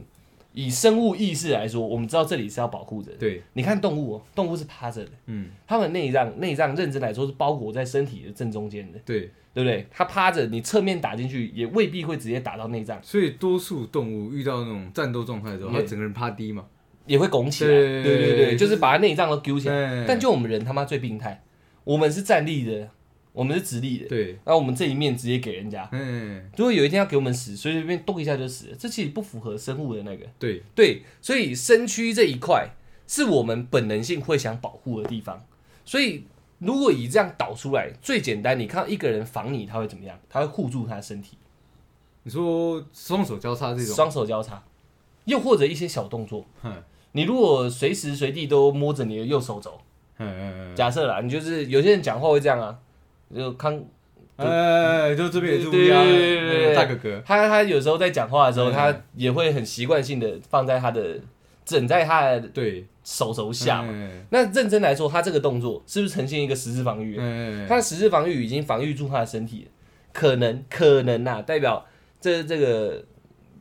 以生物意识来说，我们知道这里是要保护着的。
对，
你看动物哦，动物是趴着的，
嗯，
它们内脏内脏认真来说是包裹在身体的正中间的。
对，
对不对？它趴着，你侧面打进去也未必会直接打到内脏，
所以多数动物遇到那种战斗状态的时候，它
对
整个人趴低嘛，
也会拱起来。
对
对对
就
对，
是
就是把它内脏都揪起来。
对
但就我们人他妈最病态，我们是站立的，我们是直立的，
对，
然后我们这一面直接给人家。
嗯，
如果有一天要给我们死，随随便动一下就死了，这其实不符合生物的那个。
对，
对，所以身躯这一块是我们本能性会想保护的地方。所以如果以这样导出来，最简单，你看到一个人防你，他会怎么样？他会护住他的身体，
你说双手交叉这种，
双手交叉，又或者一些小动作。
嗯
你如果随时随地都摸着你的右手走，
嗯嗯
假设啦，你就是有些人讲话会这样啊，就康
嗯，哎，就这边也是乌
对
鸦，
对对对对
嗯大哥哥，
他他有时候在讲话的时候，
嗯
他也会很习惯性的放在他的枕在他的
对，
手肘下嘛。
嗯
那认真来说，他这个动作是不是呈现一个十字防御？
嗯，
他的十字防御已经防御住他的身体了，可能可能呐、啊，代表这这个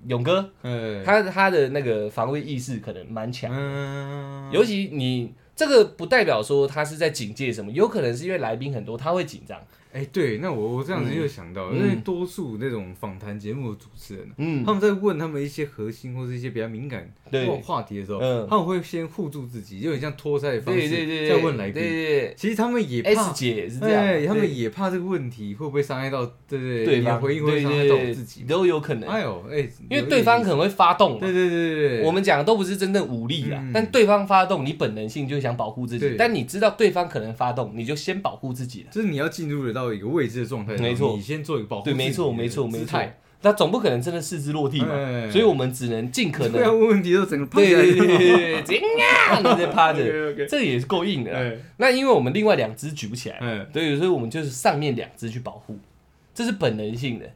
勇哥
嗯，
他他的那个防卫意识可能蛮强，
嗯，
尤其你。这个不代表说他是在警戒什么，有可能是因为来宾很多，他会紧张。
哎，对，那我我这样子就想到，
嗯
因为多数那种访谈节目的主持人啊，
嗯
他，们在问他们一些核心或是一些比较敏感
对
或话题的时候，
嗯
他们会先护住自己，有点像托腮的方
对对对，
式在问来
对
宾。
对
其实他们也
对
怕
，S 姐也是这样
哎，
嘛，
他
对
们也怕这个问题会不会伤害到对对
对
你的
方
回应会不
对
会伤害
对
到
对
我自己？
都有可能，
哎呦，哎，
因为对方可能会发动
对
嘛。
对对对对，
我们讲的都不是真正武力啦，
嗯
但对方发动，你本能性就想保护自己
对，
但你知道对方可能发动，你就先保护自己了。
就是你要进入得到一个未知的状态，
没错
你先做一个保护自
对，
己的
没错，没错，没
姿
错
态。
那总不可能真的四肢落地嘛，
哎
所以我们只能尽可
不然
能。
问问题都整个胖
对
起来
对对对对，怎样？你在 趴着，
OK，
这也是够硬的啦。
哎
那因为我们另外两只举不起来嘛，
哎，
对，所以我们就是上面两只去保护，这是本能性的。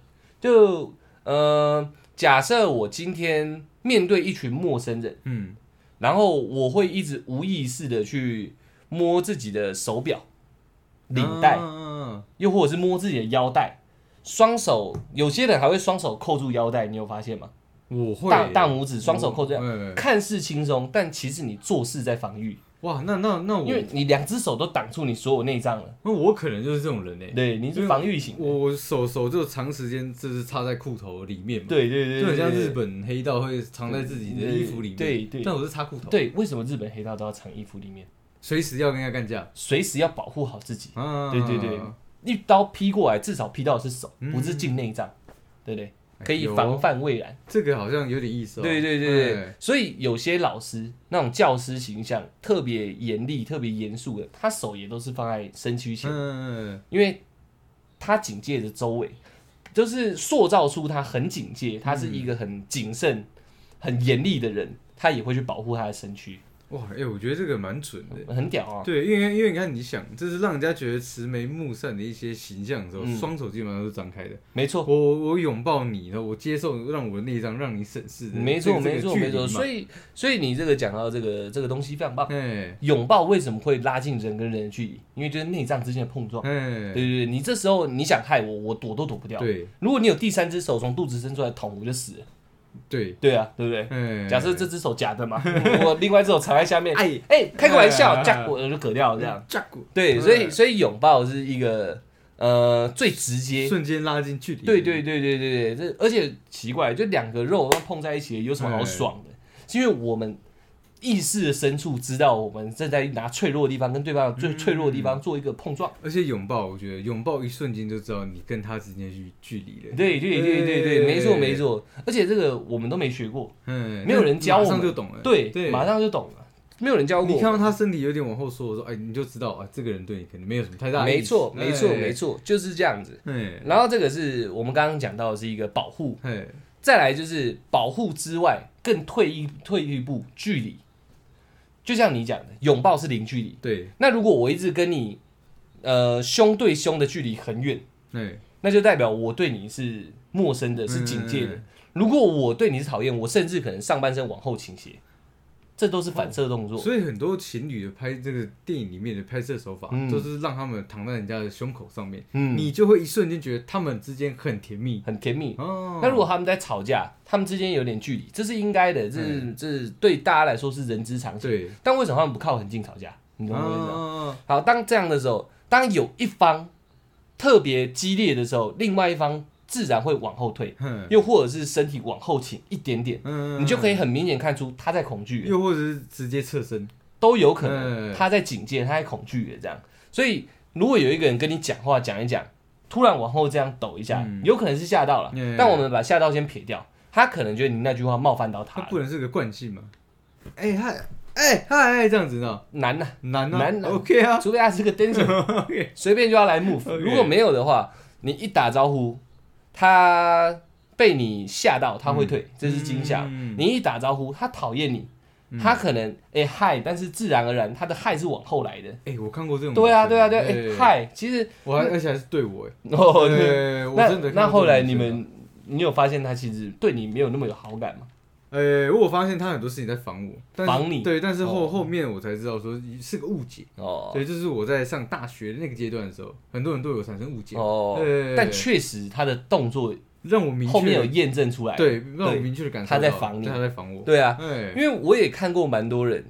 就呃，假设我今天面对一群陌生人，
嗯
然后我会一直无意识的去摸自己的手表、领带，
啊
又或者是摸自己的腰带，双手有些人还会双手扣住腰带，你有发现吗？
我会
大大拇指双手扣住腰带，
哎
看似轻松，但其实你做事在防御，
哇，那那那我
因为你两只手都挡住你所有内脏了。
那我可能就是这种人呢。
对，你是防御型的。
我我手手就长时间就是插在裤头里面嘛，，
对对对，
就很像
对对
日本黑道会藏在自己的衣服里面，
对对
但我是插裤头，，
对，为什么日本黑道都要藏衣服里面？
随时要跟人家干架，
随时要保护好自己，
啊，
对对对嗯一刀劈过来，至少劈到的是手，不是进内脏，对不对？可以
嗯哎有
防范未然。
这个好像有点意思哦，
对对对
哎
对，所以有些老师那种教师形象特别严厉、特别严肃的，他手也都是放在身躯前，
嗯，
因为他警戒着周围，就是塑造出他很警戒，他是一个很谨慎、很严厉的人，他也会去保护他的身躯，
哇，哎、我觉得这个蛮准的。
很屌啊！
对，因为因为你看，你想，这是让人家觉得慈眉目善的一些形象的时候，
嗯
双、手基本上都是张开的。
没错，
我我拥抱你，然后我接受让我的内脏让你审视的，
没错，没错，没错。所
以，
以，所以你这个讲到这个这个东西非常棒。
哎
拥抱为什么会拉近人跟人的距离？因为就是内脏之间的碰撞。对
哎，
对对，你这时候你想害我，我躲都躲不掉。
对
如果你有第三只手从肚子伸出来捅，我就死了。
对，
对啊，对不对？
哎，
假设这只手假的嘛，我另外一只手藏在下面，
哎
哎，开个玩笑，
哎
夹我就割掉了这样。
扎骨，
对，所以
哎
所以拥抱是一个呃最直接。
瞬间拉近距离，
对对对对对对，这而且奇怪，就两个肉碰在一起，有什
哎
么好爽的？是因为我们意识的深处知道我们正在拿脆弱的地方跟对方最
嗯
脆弱的地方做一个碰撞。
而且拥抱，我觉得拥抱一瞬间就知道你跟他之间距距离了。
对对对对对，
哎
没错没，错，而且这个我们都没学过，
嗯，
没有人教我们
马上就懂了。
对，
哎对，
马上就懂了，没有人教过
你
我
看
们。
到他身体有点往后缩的时候，哎，你就知道啊，这个人对你肯定没有什么太大的
没
意思。
错没错
哎
没。错，就是这样子。
哎
然后这个是我们刚刚讲到的是一个保护，
哎，
再来就是保护之外，更退一退一步距离，就像你讲的，拥抱是零距离。
对，
那如果我一直跟你，呃，胸对胸的距离很远，
哎
那就代表我对你是陌生的，是警戒的。
嗯
如果我对你是讨厌，我甚至可能上半身往后倾斜，这都是反射动作。
所以很多情侣的拍这个电影里面的拍摄手法，
嗯
都是让他们躺在人家的胸口上面，
嗯，
你就会一瞬间觉得他们之间很甜蜜。
很甜蜜。
哦，
那如果他们在吵架，他们之间有点距离，这是应该的，这
嗯
是、这是对大家来说是人之常情。
对，
但为什么他们不靠很近吵架？你懂我意思吗？
啊，
好，当这样的时候，当有一方特别激烈的时候，另外一方自然会往后退，
哼
嗯又或者是身体往后倾一点点，
嗯
你就可以很明显看出他在恐惧，
又或者是直接侧身，
都有可能
嗯
他在警戒，他在恐惧的这样。所以如果有一个人跟你讲话讲一讲，突然往后这样抖一下，
嗯
有可能是吓到了，
嗯
但我们把吓 到先撇掉，他可能觉得你那句话冒犯到他
他
了。
不能是个惯性嘛？哎、他哎嗨这样子呢，
难呐、
难啊，
难啊
OK 啊
除非他是个 dancer，
，OK，
随便就要来 move。
OK
如果没有的话，你一打招呼，他被你吓到，他会退，这是惊吓。
嗯
你一打招呼，他讨厌你，他可能哎嗨，但是自然而然他的嗨是往后来的。
哎，我看过这种，
对啊，对啊，对啊，哎，嗨，其实
我还而且还是对我，哎，
哦，对
对，我
那
真的看过这种
那后来你
女生啊，
们，你有发现他其实对你没有那么有好感吗？
哎，我有发现他很多事情在防我，但是
防你
对，但是后
哦
后面我才知道说是个误解，
哦，
对，就是我在上大学那个阶段的时候，很多人对我产生误解，
哦
对，
但确实他的动作
让我明确
后面有验证出来。
对，让我明确的感受
他在
到
防你
对他在防我，
对啊，
哎，
因为我也看过蛮多人，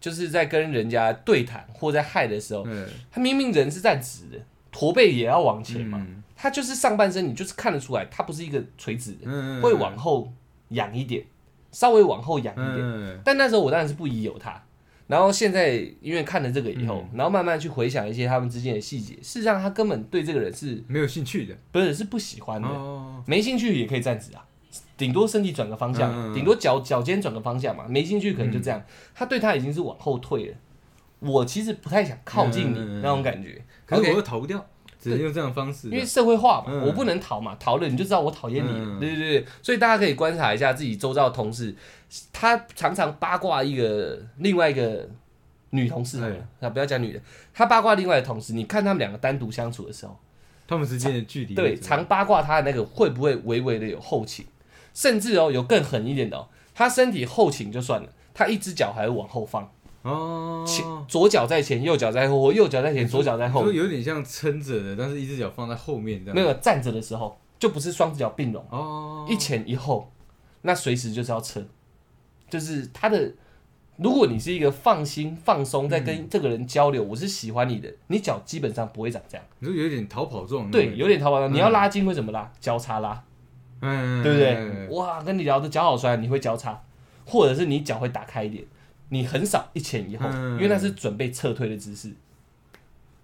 就是在跟人家对谈或在嗨的时候，
对
他明明人是站直的，驼背也要往前嘛，
嗯
他就是上半身你就是看得出来，他不是一个垂直的，
嗯
会往后仰一点，稍微往后仰一点。
嗯
但那时候我当然是不疑有他。然后现在因为看了这个以后，
嗯
然后慢慢去回想一些他们之间的细节，事实上他根本对这个人是
没有兴趣的
不是是不喜欢的，
哦，
没兴趣也可以站直啊，顶多身体转个方向，
嗯嗯嗯嗯
顶多脚脚尖转个方向嘛。没兴趣可能就这样，他对他已经是往后退了。我其实不太想靠近你、
嗯嗯嗯
那种感觉，
可是
OK
我又逃不掉，只能用这样的方式
因，为社会化嘛，
嗯
我不能逃嘛，逃了你就知道我讨厌你了。
嗯
对对对，所以大家可以观察一下自己周遭的同事，他常常八卦一个另外一个女同
哎
事好了，啊不要讲女的，他八卦另外的同事，你看他们两个单独相处的时候。
他们之间的距离
对，
是什么
常八卦他的那个会不会微微的有后倾，甚至哦有更狠一点的哦，他身体后倾就算了，他一只脚还会往后放，前
哦，
左脚在前，右脚在后，或右脚在前，左脚在后
哎就，有点像撑着的，但是一只脚放在后面这样，
没有站着的时候就不是双只脚并拢，
哦，
一前一后，那随时就是要撤，就是他的。如果你是一个放心放松在
嗯
跟这个人交流，我是喜欢你的，你脚基本上不会长这样，
你说有点逃跑状，
对，有点逃跑。你要
嗯
拉筋会怎么拉？交叉拉，
嗯，
对不
嗯
对？？哇，跟你聊的脚好酸，你会交叉，或者是你脚会打开一点，你很少一前一后，
嗯
因为那是准备撤退的姿势，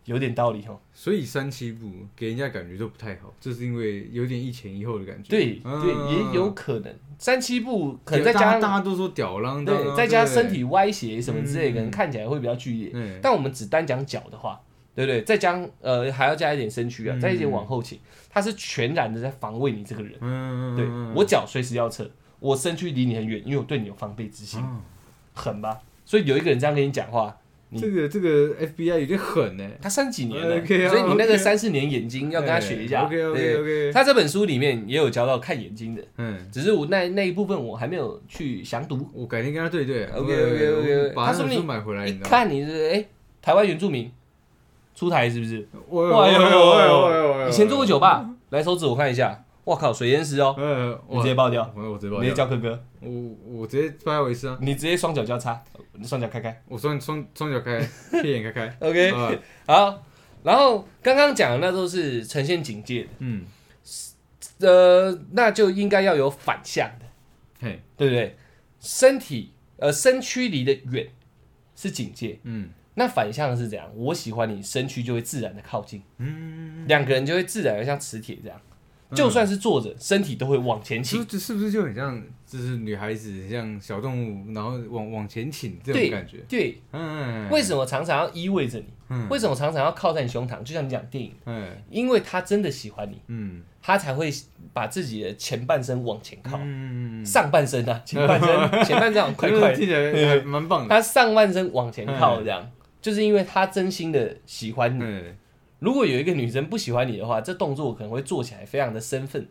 有点道理哦。
所以三七步给人家感觉都不太好，就是因为有点一前一后的感觉。
对
嗯
对，也有可能三七步，可能再
大
加
家大家都说吊郎当啊，
对，再加
不
身体歪斜什么之类的，
嗯
可能看起来会比较剧烈。
对，
但我们只单讲脚的话，对不对？再将呃还要加一点身躯啊，
嗯
再一点往后倾，它是全然的在防卫你这个人。
嗯，
对我脚随时要撤，我身躯离你很远，因为我对你有防备之心。
啊
狠吧？所以有一个人这样跟你讲话，你
这个这个 FBI 有点狠呢，
他三几年了
OK 啊
所以你那个
OK 哎
三四年眼睛要跟他学一下。
OK OK
对
OK，
他这本书里面也有教到看眼睛的，
嗯，
只是我那那一部分我还没有去详读。
我改天跟他对对
OK，OK，OK，OK
我把
他说不
那本
定
书买回来，
一
你知道吗？
看你是哎、台湾原住民出台是不是？
我
哎呦哎呦哎
呦
以前做过酒吧，来手指我看一下，我靠，水淹石哦，
呃，
你直接爆掉，
我我直接
你
爆
直接
掉，
叫哥哥，
我我直接拜为师啊，
你直接双脚交叉，你双脚开开
我双双双脚开，屁眼开 开
，OK，、
啊
好。然后刚刚讲的那都是呈现警戒的。
嗯，
呃，那就应该要有反向的，
嘿，
对不对？身体呃身躯离得远是警戒，
嗯
那反向是怎样？我喜欢你，身躯就会自然的靠近，
嗯，
两个人就会自然的像磁铁这样，
嗯
就算是坐着，身体都会往前
是
倾。
不是是不是就很像，就是女孩子很像小动物，然后往往前倾这种感觉？
对，
嗯，
为什么常常要依偎着你？
嗯
为什么常常要靠在你胸膛？就像你讲电影，
哎，
因为他真的喜欢你，
嗯
他才会把自己的前半身往前靠，
嗯，
上半身啊，前半 身，前半身往快
这个
快的
听起来还蛮棒的。
他上半身往前靠，这样、就是因为他真心的喜欢你。
嗯，
如果有一个女生不喜欢你的话，这动作可能会做起来非常的生分，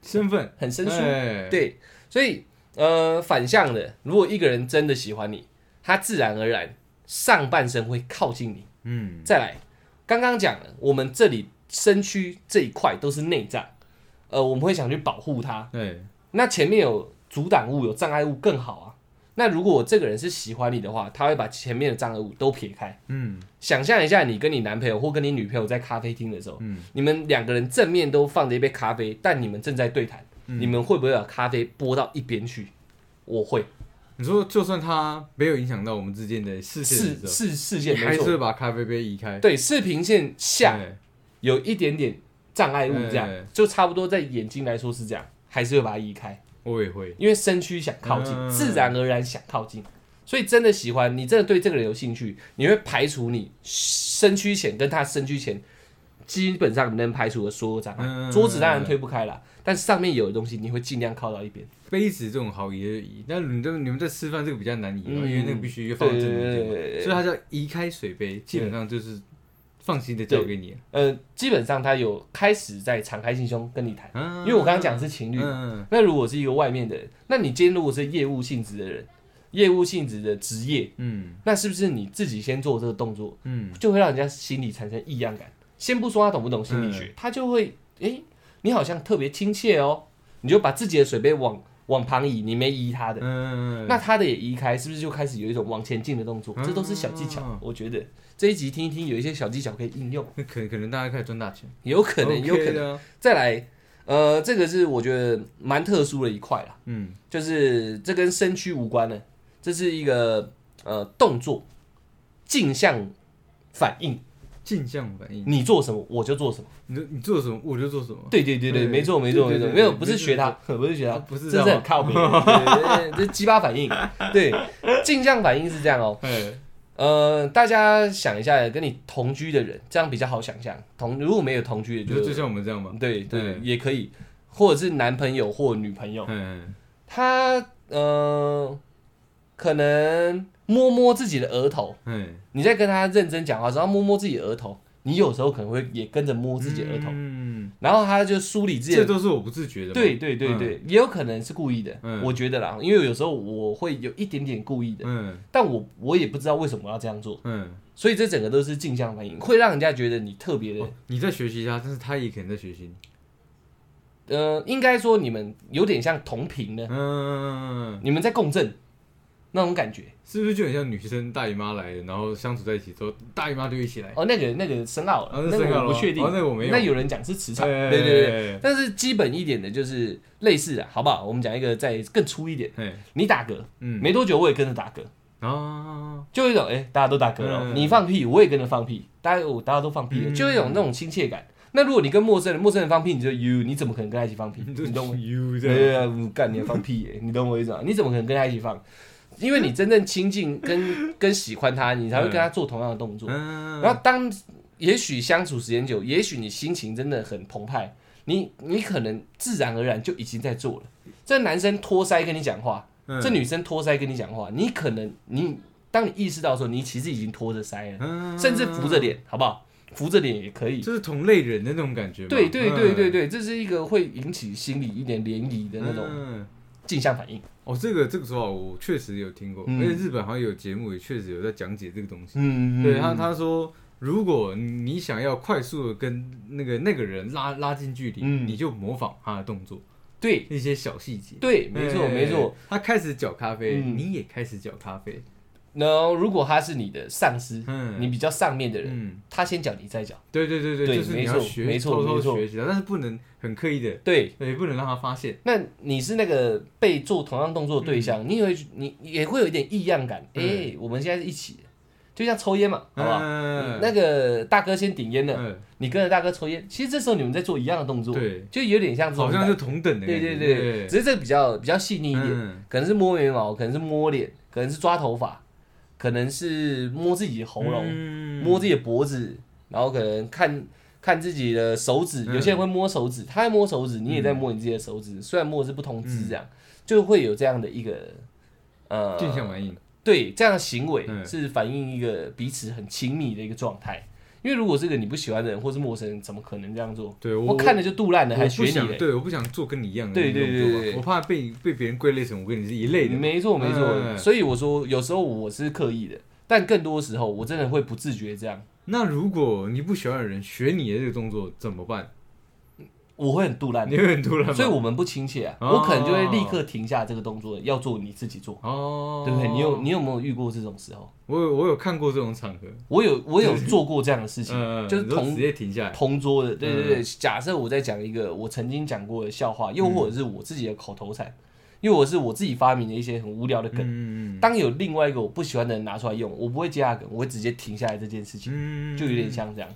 身份
很生疏。
哎，
对，所以呃，反向的，如果一个人真的喜欢你，他自然而然上半身会靠近你。
嗯
再来，刚刚讲了，我们这里身躯这一块都是内脏，呃，我们会想去保护它，
对，
那前面有阻挡物、有障碍物更好啊。那如果我这个人是喜欢你的话，他会把前面的障碍物都撇开。
嗯
想象一下，你跟你男朋友或跟你女朋友在咖啡厅的时候，
嗯
你们两个人正面都放着一杯咖啡，但你们正在对谈，
嗯
你们会不会把咖啡拨到一边去？我会，
你说就算它没有影响到我们之间的视线
视
的时
视视
候，
线
你
没
还是
错
会，把咖啡杯移开。
对，视平线下
哎
有一点点障碍物，这样
哎哎
就差不多在眼睛来说是这样，还是会把它移开。
我也会。
因为身躯想靠近，
嗯
自然而然想靠近，所以真的喜欢，你真的对这个人有兴趣，你会排除你身躯前跟他身躯前基本上能排除的所有障碍。
嗯
桌子当然推不开啦，但是上面有的东西你会尽量靠到一边。
杯子这种好移的移，但你们你们在吃饭这个比较难移嘛，
嗯
因为那个必须放正中间嘛，
对
所以它叫移开水杯，基本上就是放心的交给你。
呃，基本上他有开始在敞开心胸跟你谈，
嗯
因为我刚刚讲的是情侣，
嗯，嗯
那如果是一个外面的人，那你今天如果是业务性质的人，业务性质的职业，
嗯
那是不是你自己先做这个动作，
嗯，
就会让人家心里产生异样感？先不说他懂不懂心理学，他就会，诶、你好像特别亲切哦，你就把自己的水杯往往旁移，你没移他的，
嗯，
那他的也移开，是不是就开始有一种往前进的动作？这都是小技巧，
嗯
我觉得这一集听一听，有一些小技巧可以应用，
那可可能大家开始赚大钱，
有可能，有可能。
能，
再来，呃，这个是我觉得蛮特殊的一块啦。
嗯
就是这跟身躯无关的，这是一个呃动作镜像反应，
镜像反应，
你做什么我就做什么。
你说你做什么我就做什么，
对对对对，
对
没错没错
对
没
对
错，
对
没有
对
不是
没
学他
错，
不是学他，
不是
这
这
是很
样
靠谱， 对对对这是鸡巴反 应。对，镜像反应是这样哦。
哎，
呃，大家想一下，跟你同居的人，这样比较好想象。同如果没有同居
你
的
说
就，
就像我们这样吧，
对对
对
也可以，或者是男朋友或女朋友。
嗯，
他呃，可能摸摸自己的额头，
嗯，
你在跟他认真讲话的时候，他摸摸自己的额头，你有时候可能会也跟着摸自己的额头，
嗯，
然后他就梳理自己
这
的。
都是我不自觉的，
对，对对对，也有可能是故意的，
嗯
我觉得啦，因为有时候我会有一点点故意的，
嗯
但我我也不知道为什么要这样做，
嗯，
所以这整个都是镜像反应，会让人家觉得你特别的，
哦你在学习他，但是他也可能在学习你，
呃，应该说你们有点像同频的，
嗯，
你们在共振那种感觉。
是不是就很像女生大姨妈来了，然后相处在一起之后，大姨妈就一起来，
哦，那个那个深奥了，
哎哦那
那
深
个
奥
我
了
不确定，
哦那个我没有
那有人讲是磁场，
哎
对对对。，但是基本一点的就是类似的，好不好？我们讲一个再更粗一点，
哎，
你打嗝，
嗯，
没多久我也跟着打嗝，
啊，
就有一种哎、大家都打嗝了哦，
嗯
你放屁我也跟着放屁，大家我大家都放屁了，
嗯
就有一种那种亲切感。那如果你跟陌生人，陌生人放屁，你就 you，你怎么可能跟他一起放屁？
你
你懂我
都
对
you
对
嗯这样，
对，嗯干你还放屁耶、你懂我意思吗？你怎么可能跟他一起放？因为你真正亲近跟 跟喜欢他，你才会跟他做同样的动作。
嗯，
然后当也许相处时间久，也许你心情真的很澎湃，你你可能自然而然就已经在做了。这男生托腮跟你讲话，
嗯
这，女生托腮跟你讲话，你可能你当你意识到的时候，你其实已经托着腮了，
嗯
甚至扶着，脸，好不好？扶着脸也可以。
就是同类人的那种感觉嘛，
对嗯对对对
对
对，这是一个会引起心里一点涟漪的那种
种。
镜像反应。
嗯哦，这个这个说法我确实有听过，
嗯
而且日本好像有节目也确实有在讲解这个东西。
嗯
对他他说，如果你想要快速的跟那个那个人拉拉近距离，
嗯
你就模仿他的动作，
对
一些小细节。
对，没错
哎
没错。。
他开始搅咖啡，
嗯
你也开始搅咖啡。
然后如果他是你的上司，
嗯，
你比较上面的人，
嗯，
他先讲你再讲。
对对对
对
就是你
没
要
错
学，
没错
偷
没
偷
错
学习，但是不能很刻意的，
对，
对，不能让他发现。
那你是那个被做同样动作的对象，你也会你也会有一点异样感。哎、
嗯
我们现在是一起的，就像抽烟嘛，好不好？
嗯
啊那个大哥先顶烟了，
嗯，
你跟着大哥抽烟，其实这时候你们在做一样的动作，
对，
就有点像这种
好
感
像是同等的
对
感
对
觉。
对，只是这个比较比较细腻一点，
嗯
可能是摸眉毛，可能是摸脸，可能是抓头发，可能是摸自己的喉咙，
嗯
摸自己的脖子，然后可能看看自己的手指，
嗯
有些人会摸手指，他在摸手指，你也在摸你自己的手指，虽然摸的是不同
嗯
指这样，就会有这样的一个呃
镜像反应。
对这样的行为
嗯
是反映一个彼此很亲密的一个状态。因为如果是个你不喜欢的人或是陌生人，怎么可能这样做？
对
我
我
看了就肚烂了，还
我
学
不
你
想，
嘞？
对，我不想做跟你一样的
对
那种
对
做
对
法
对
我怕被被别人归类成我跟你是一类的嘛。
没错没错，
嗯
所以我说有时候我是刻意的，但更多时候我真的会不自觉这样，
那如果你不喜欢的人学你的这个动作怎么办？
我会很肚烂。
你会很突然吗？
嗯所以我们不亲切啊，
哦
我可能就会立刻停下这个动作，要做你自己做，
哦，
对不对？你有你有没有遇过这种时候？
我有我有看过这种场合，
我有我有做过这样的事情，
嗯，
就是
你说
同
直接停下来，
同桌的，对对对。假设我在讲一个我曾经讲过的笑话，又或者是我自己的口头禅，又或者是我自己发明的一些很无聊的梗。
嗯
当有另外一个我不喜欢的人拿出来用，我不会接他的梗，我会直接停下来这件事情，
嗯
就有点像这样，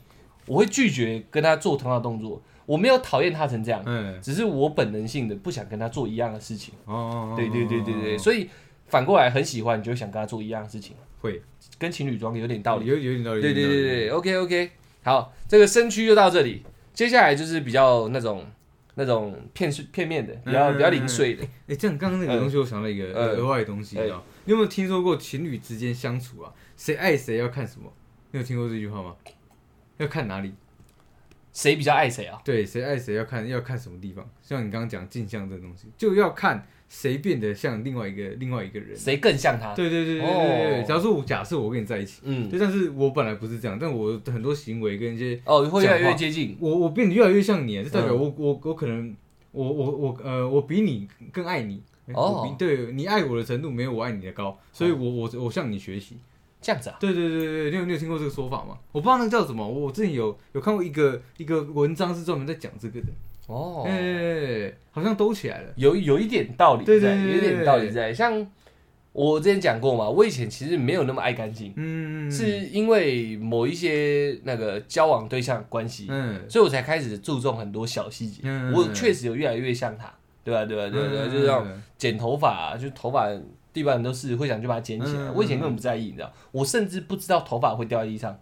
我会拒绝跟他做同样的动作。我没有讨厌他成这样，
嗯
只是我本能性的不想跟他做一样的事情。
哦，哦
对对对对对，所以反过来很喜欢，你就会想跟他做一样的事情，
会
跟情侣装有点道理。
有有点道理。
对对
有
对
点道理
对，OK OK，好，这个身躯就到这里，接下来就是比较那种那种片碎片面的，
嗯
比较比较零碎的，
哎、这样刚
嗯
刚那个东西，我想到一个
呃
额外的东西，你知道？你有没有听说过情侣之间相处啊，谁爱谁要看什么？你有听过这句话吗？要看哪里？嗯
谁比较爱谁啊？
对，谁爱谁要看要看什么地方？像你刚刚讲镜像这东西，就要看谁变得像另外一个另外一个人。
谁更像他？
对对对对对对。
啊哦
假如说我假设我跟你在一起，
嗯，
就但是我本来不是这样，但我很多行为跟一些
哦，会越来
讲
越
话
接近。
我我变得越来越像你，就代
嗯
表我、我我可能我我我呃我比你更爱你，
哦
我比对你爱我的程度没有我爱你的高，所以我我我向你学习。
这样子啊，
对对对对，你有你有听过这个说法吗？我不知道那个叫什么，我我之前有有看过一个一个文章是专门在讲这个的，
哦
哎、，好像兜起来了，
有有一点道理
对
在，
对对
有一
对
点
对
道理在。像我之前讲过嘛，我以前其实没有那么爱干净，
嗯，
是因为某一些那个交往对象关系，
嗯
所以我才开始注重很多小细节。
嗯
我确实有越来越像他，对吧、对吧、对吧、对吧、就是让
样，
剪头发、啊，就头发地板都是，会想去把它剪起来。
嗯
我以前根本不在意，你知道，我甚至不知道头发会掉在地上，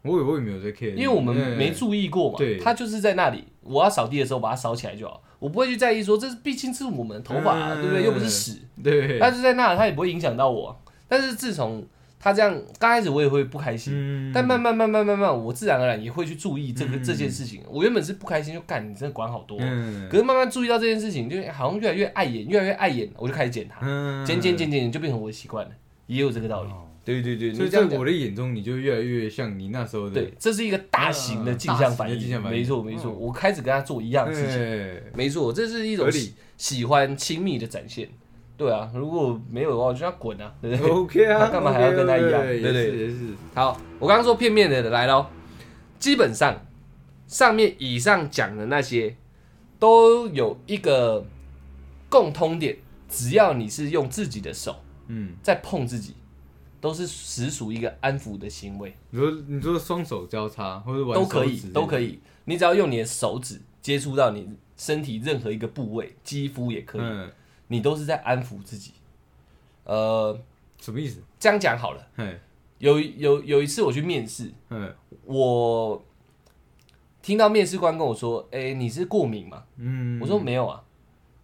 我也我也没有在 care，
因为我们
哎
没注意过嘛。
对
它就是在那里，我要扫地的时候把它扫起来就好，我不会去在意说这是毕竟是我们的头发、啊，
嗯
对不对？又不是屎，
对，
它就在那，它也不会影响到我啊、但是自从他这样，刚开始我也会不开心，
嗯
但慢慢慢慢慢慢，我自然而然也会去注意这个、
嗯
这件事情。我原本是不开心，就干你真的管好多。
嗯
可是慢慢注意到这件事情，就哎好像越来越碍眼，越来越碍眼，我就开始剪它，
嗯
剪剪剪剪，就变成我的习惯了，也有这个道理。
哦
对对对，
所
你这
以在
样讲
我，的眼中，你就越来越像你那时候的
对，这是一个大型的镜像反
大型的镜
应，
像反应
没错没错，
嗯
我开始跟他做一样的事情，
哎
没错，这是一
合
种
理
喜喜欢亲密的展现。对啊，如果没有的话，我就让他滚啊，对不对？
，OK
他
啊，
干嘛还要跟他一样
OK，
对不对
也是也是，
好，我刚刚说片面的来喽，基本上上面以上讲的那些都有一个共通点，只要你是用自己的手
嗯，
在碰自己，都是实属一个安抚的行为，
你说你说双手交叉或者玩
都可
手
以
指，
都可
以，
以。你只要用你的手指接触到你身体任何一个部位，肌肤也可以，
嗯，
你都是在安抚自己。呃，
什么意思？
这样讲好了，
嘿，
有有有一次我去面试，
嗯
我听到面试官跟我说：“哎、你是过敏吗？”
嗯，
我说：“没有啊。”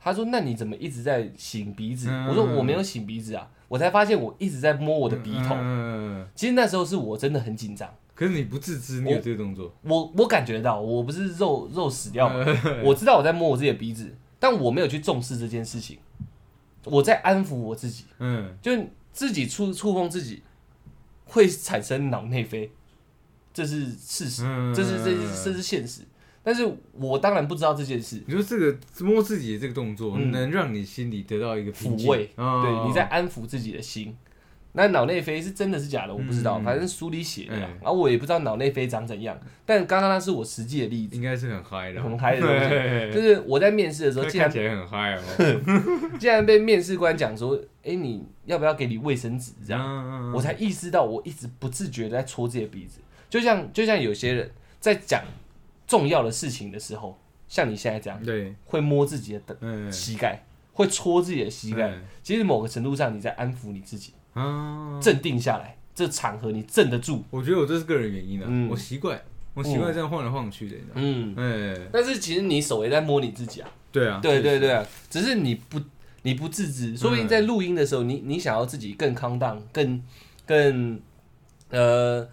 他说：“那你怎么一直在擤鼻子？”
嗯
我说：“我没有擤鼻子啊。”我才发现我一直在摸我的鼻头。
嗯，
其实那时候是我真的很紧张，
可是你不自知你有这个动作，
我我感觉到我不是肉肉死掉 吗？我知道我在摸我自己的鼻子，但我没有去重视这件事情，我在安抚我自己，
嗯，
就是自己触触碰自己会产生脑内啡，这是事实。
嗯
这是这是这是现实。但是我当然不知道这件事，
你说这个摸自己的这个动作，
嗯
能让你心里得到一个平
抚
静
慰，
哦
对，你在安抚自己的心。那脑内啡是真的是假的，我不知道，
嗯
反正书里写的啦，
嗯
然后我也不知道脑内啡长怎样。但刚刚那是我实际的例子，
应该是很嗨的，
很嗨的东西
对
就是我在面试的时候，
他
竟
看
然
起来很嗨 哦，
竟然被面试官讲说，哎，你要不要给你卫生纸这样？
样
我才意识到我一直不自觉的在戳自己的鼻子，就像就像有些人在讲重要的事情的时候，像你现在这样，
啊对，
会摸自己的
嗯，
膝盖，会戳自己的膝盖。
嗯
其实某个程度上，你在安抚你自己，
啊，
镇定下来，这场合你镇得住。
我觉得我这是个人原因啊，
嗯
我习惯，我习惯这样晃来晃去的，你知道吗？
嗯，
哎，
但是其实你手也在摸你自己啊。
对啊，嗯
对对
确实，
对啊，只是你不你不自知，说不定在录音的时候，你你想要自己更康荡，更更呃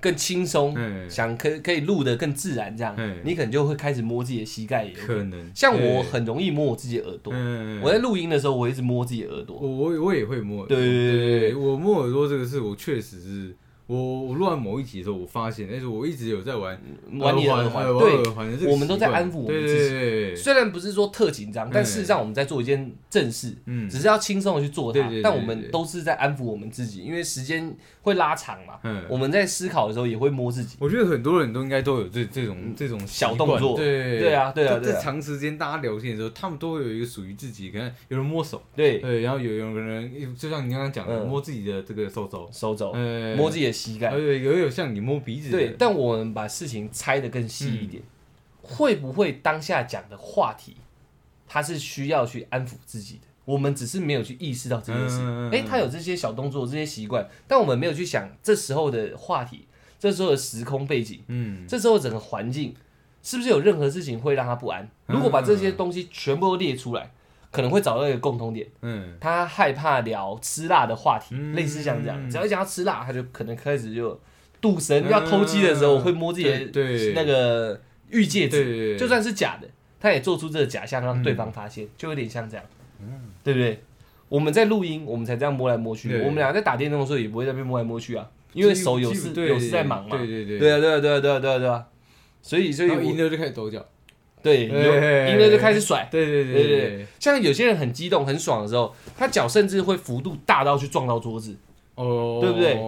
更轻松，
嗯
想可可以录得更自然这样
嗯，
你可能就会开始摸自己的膝盖也有可能。
哎可能
像我，很容易摸我自己的耳朵，
嗯
我在录音的时候，我一直摸自己的耳朵。
我我我也会摸，
对对对对对
我摸耳朵这个事，我确实是。我我录完某一集的时候，我发现，但是我一直有在玩
嗯玩你的耳环
环，
对
玩耳环的这个习惯
我们都在安抚我们自己
对对对对，
虽然不是说特紧张，但
嗯
事实上我们在做一件正事，
嗯
只是要轻松的去做它。
对对对对
但我们都是在安抚我们自己，因为时间会拉长嘛。
嗯
我们在思考的时候也会摸自己。
我觉得很多人都应该都有这这种这种习惯
嗯小动作
对
对啊对啊
在
对啊
在长时间大家聊天的时候，他们都会有一个属于自己，可能有人摸手，
对，
对，然后有有人就像你刚刚讲的，
嗯
摸自己的这个手肘，
手肘，
呃，
摸自己的膝盖
还。有有有像你摸鼻子的，
对，但我们把事情拆得更细一点，会不会当下讲的话题，它是需要去安抚自己的？我们只是没有去意识到这件事
嗯嗯嗯。
哎、他有这些小动作、这些习惯，但我们没有去想这时候的话题、这时候的时空背景、
嗯，
这时候整个环境，是不是有任何事情会让他不安？如果把这些东西全部都列出来，可能会找到一个共通点。
嗯，
他害怕聊吃辣的话题，
嗯
类似像这样，
嗯
只要一讲到吃辣，他就可能开始就肚神
嗯
要偷鸡的时候，我会摸自己的
对对
那个玉戒
对
指，
对嗯对，
就算是假的，他也做出这个假象让对方发现，就有点像这样，对不对？我们在录音，我们才这样摸来摸去。
嗯对
我们俩在打电动的时候也不会在那边摸来摸去啊，因为手有事
对
有事在忙嘛。
对对对
对啊，对啊，对啊，对啊，对啊，对啊。所以，所以
然后赢
我
了就开始抖脚，
对
哎哎哎
有赢了就开始甩，
对对
对对
对，
像有些人很激动、很爽的时候，他脚甚至会幅度大到去撞到桌子。
哦，
对不对
对？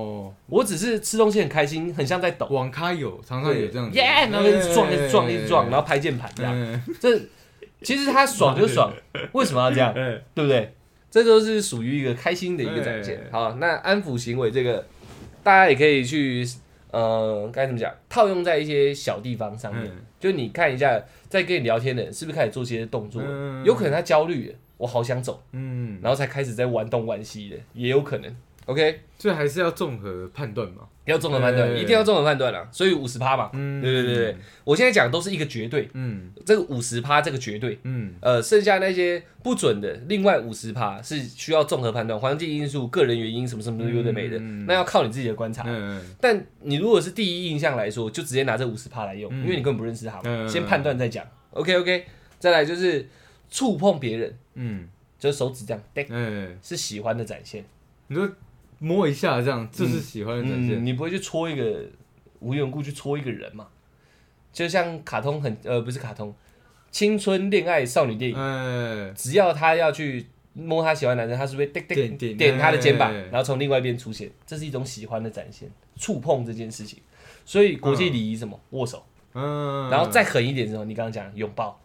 我只是吃东西很开心，很像在抖，
网咖有常常有这样子，
耶，然后一直
哎
撞、一直撞、一直撞，然
后
后拍键盘这样。
嗯，
这其实他爽就爽，为什么要这 样？
哎
对不对？这都是属于一个开心的一个展现
哎。
好，那安抚行为这个，大家也可以去，呃，该怎么讲，套用在一些小地方上面。
嗯
就你看一下，在跟你聊天的人是不是开始做些动作了？
嗯
有可能他焦虑了，我好想走，
嗯，
然后才开始在玩东玩西的，也有可能。OK，
所以还是要综合判断嘛，
要综合判断，
哎
一定要综合判断了。所以五十趴嘛，
嗯，
对对对对，，我现在讲的都是一个绝对，
嗯
这个五十趴这个绝对。
嗯
呃，剩下那些不准的，另外五十趴是需要综合判断，环境因素、个人原因什么什么有的没的，
嗯
那要靠你自己的观察。
嗯
但你如果是第一印象来说，就直接拿这五十趴来用，
嗯
因为你根本不认识他嘛，
嗯
先判断再讲。OK OK，再来就是触碰别人，
嗯
就是手指这样，叮
嗯，
是喜欢的展现。
你说摸一下这样，这是喜欢的展
嗯，
现，
你不会去戳一个无缘无故去戳一个人嘛？就像卡通很呃不是卡通，青春恋爱少女电影。
哎，
只要他要去摸他喜欢的男生，他是不是点
点
点
点
点点他的肩膀
哎，
然后从另外一边出现，这是一种喜欢的展现，触碰这件事情。所以国际礼仪什么握手，
嗯，
然后再狠一点之后，你刚刚讲拥抱，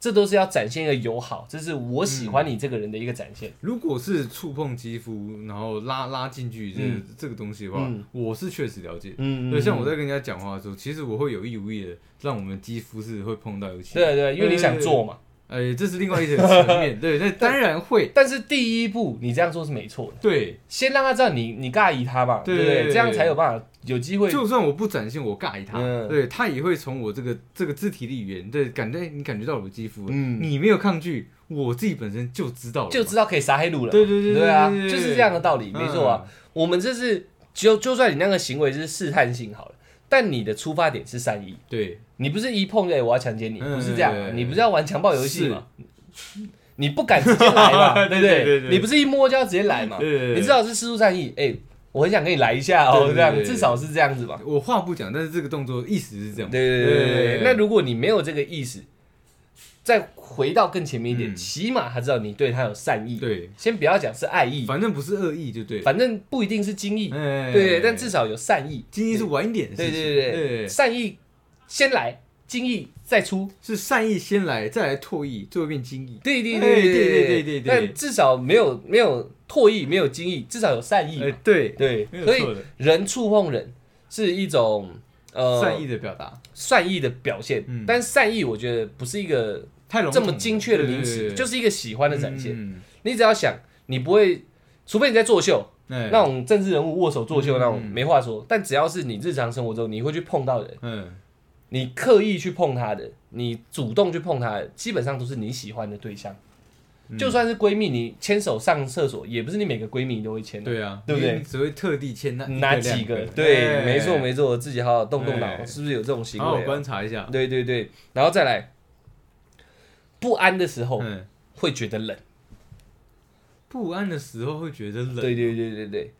这都是要展现一个友好，这是我喜欢你这个人的一个展现。
如果是触碰肌肤，然后拉拉近距离这个、这个东西的话，
嗯
我是确实了解。
嗯，
对，像我在跟人家讲话的时候，其实我会有意无意的让我们肌肤是会碰到一起。，
对对，因为你想做嘛。
哎、这是另外一层层 面。对，那当然会。
但是第一步你这样做是没错的，
对，
先让他知道你你尬疑他嘛，
对
对不对？
对
这样才有办法有机 会。
就算我不展现我尬一他，
嗯
对他也会从我这个这个肢体的语言，对，感觉哎你感觉到我的肌肤，
嗯
你没有抗拒，我自己本身就知道了嘛，
就知道可以杀黑路了嘛。
对对对对
对啊，
对对对嗯
就是这样的道理，没错啊。我们这是就就算你那个行为是试探性好了，但你的出发点是善意，
对，
你不是一碰就哎我要强奸你，
嗯
不是这样啊，
嗯
你不是要玩强暴游戏嘛？你不敢直接来 嘛，对不
对对对
对？
对
你不是一摸就要直接来嘛？
对对对
你知道是施出善意，哎，我很想跟你来一下哦，
对对对
这样
对对
至少是这样子嘛。
我话不讲，但是这个动作意思是这样。
对对对对对。那如果你没有这个意识，再回到更前面一点，
嗯
起码他知道你对他有善意。
对，
先不要讲是爱意，
反正不是恶意，就对。
反正不一定是精意，
哎
对，但至少有善意。
精益是晚一点的
对
事情，
对对对，善意先来，精意再出。
是善意先来，再来唾液，最后变精益。
对对
哎
对
对对
对
对对对
但至少没有没有唾液，没有精意，至少有善意
哎
嘛。，
对，
对
没，有
所
错
以
的
人触碰人是一种呃
善意的表达
善意的表现
嗯，
但善意我觉得不是一个
太笼
这
统
么精确的名词，就是是一个喜欢的展现。
嗯，
你只要想，你不会，除非你在作秀，
哎
那种政治人物握手作秀那种
嗯
没话说，但只要是你日常生活中你会去碰到的人，
嗯，
你刻意去碰他的，你主动去碰他的，基本上都是你喜欢的对象。
嗯
就算是闺蜜，你牵手上厕所，也不是你每个闺蜜你都会牵的，
对啊，
对不对
因为你只会特地签那
哪
一两
几个？
个？
对，
哎
没错没错，自己好好动动脑，
哎哦
是不是有这种行
好好
为啊？
观察一下。
对对对，然后再来，不安的时候
嗯，
会觉得冷，
不安的时候会觉得冷。哦
对对对对对，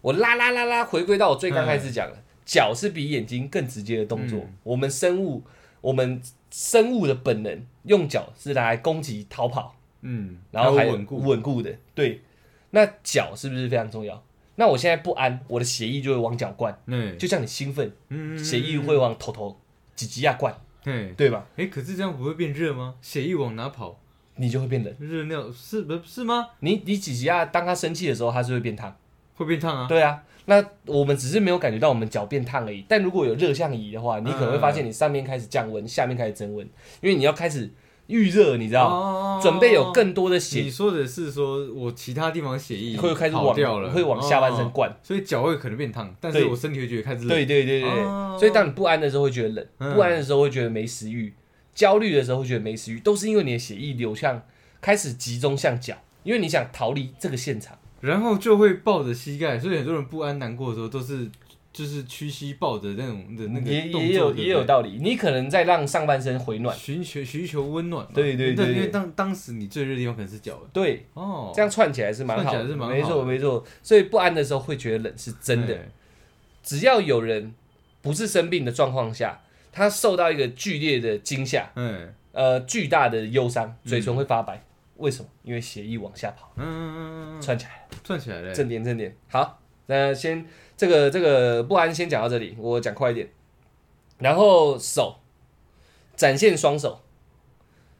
我拉拉拉拉，回归到我最刚开始讲
嗯
的，脚是比眼睛更直接的动作。我们生物，我们生物的本能，用脚是拿来攻击、逃跑，
嗯，
然后还
有
有
稳固。
稳固的。对，那脚是不是非常重要？那我现在不安，我的血液就会往脚灌，
嗯
就像你兴奋，
嗯，
血液会往头头、几几下灌，
哎
对吧？
哎，可是这样不会变热吗？血液往哪跑？
你就会变冷。
热尿是不是吗？
你你几几下，当他生气的时候，他是会变烫。
会变烫啊。
对啊，那我们只是没有感觉到我们脚变烫而已。但如果有热像仪的话，你可能会发现你上面开始降温，下面开始增温，因为你要开始预热，你知道，
哦
啊准备有更多的
你
血
说的是说我其他地方血液
会开始
哦跑
往
掉了，
会往下半身
哦，
灌。
所以脚会可能变烫，但是
对
我身体会觉得开始冷。
对对对对，
哦
所以当你不安的时候会觉得冷，
嗯
不安的时候会觉得没食欲，焦虑的时候会觉得没食欲，都是因为你的血液流向开始集中向脚，因为你想逃离这个现场。
然后就会抱着膝盖，所以很多人不安难过的时候都是就是屈膝抱着那种的那个
也
动作，
也有
对不对
也有道理，你可能在让上半身回暖，
寻求寻求温暖嘛，
对对对
但
对
因为当当时你最热的地方可能是脚了
对，
哦，
这样串起来是蛮好
串起
的，
来是蛮好的
没错没错。所以不安的时候会觉得冷是真的，
对
只要有人不是生病的状况下，他受到一个剧烈的惊吓，
嗯
呃，巨大的忧伤，嘴唇
嗯
会发白，为什么？因为血液往下跑，
嗯，
串起来。
转起来了，
正点正点。好，那先这个这个不安先讲到这里，我讲快一点。然后手展现双手，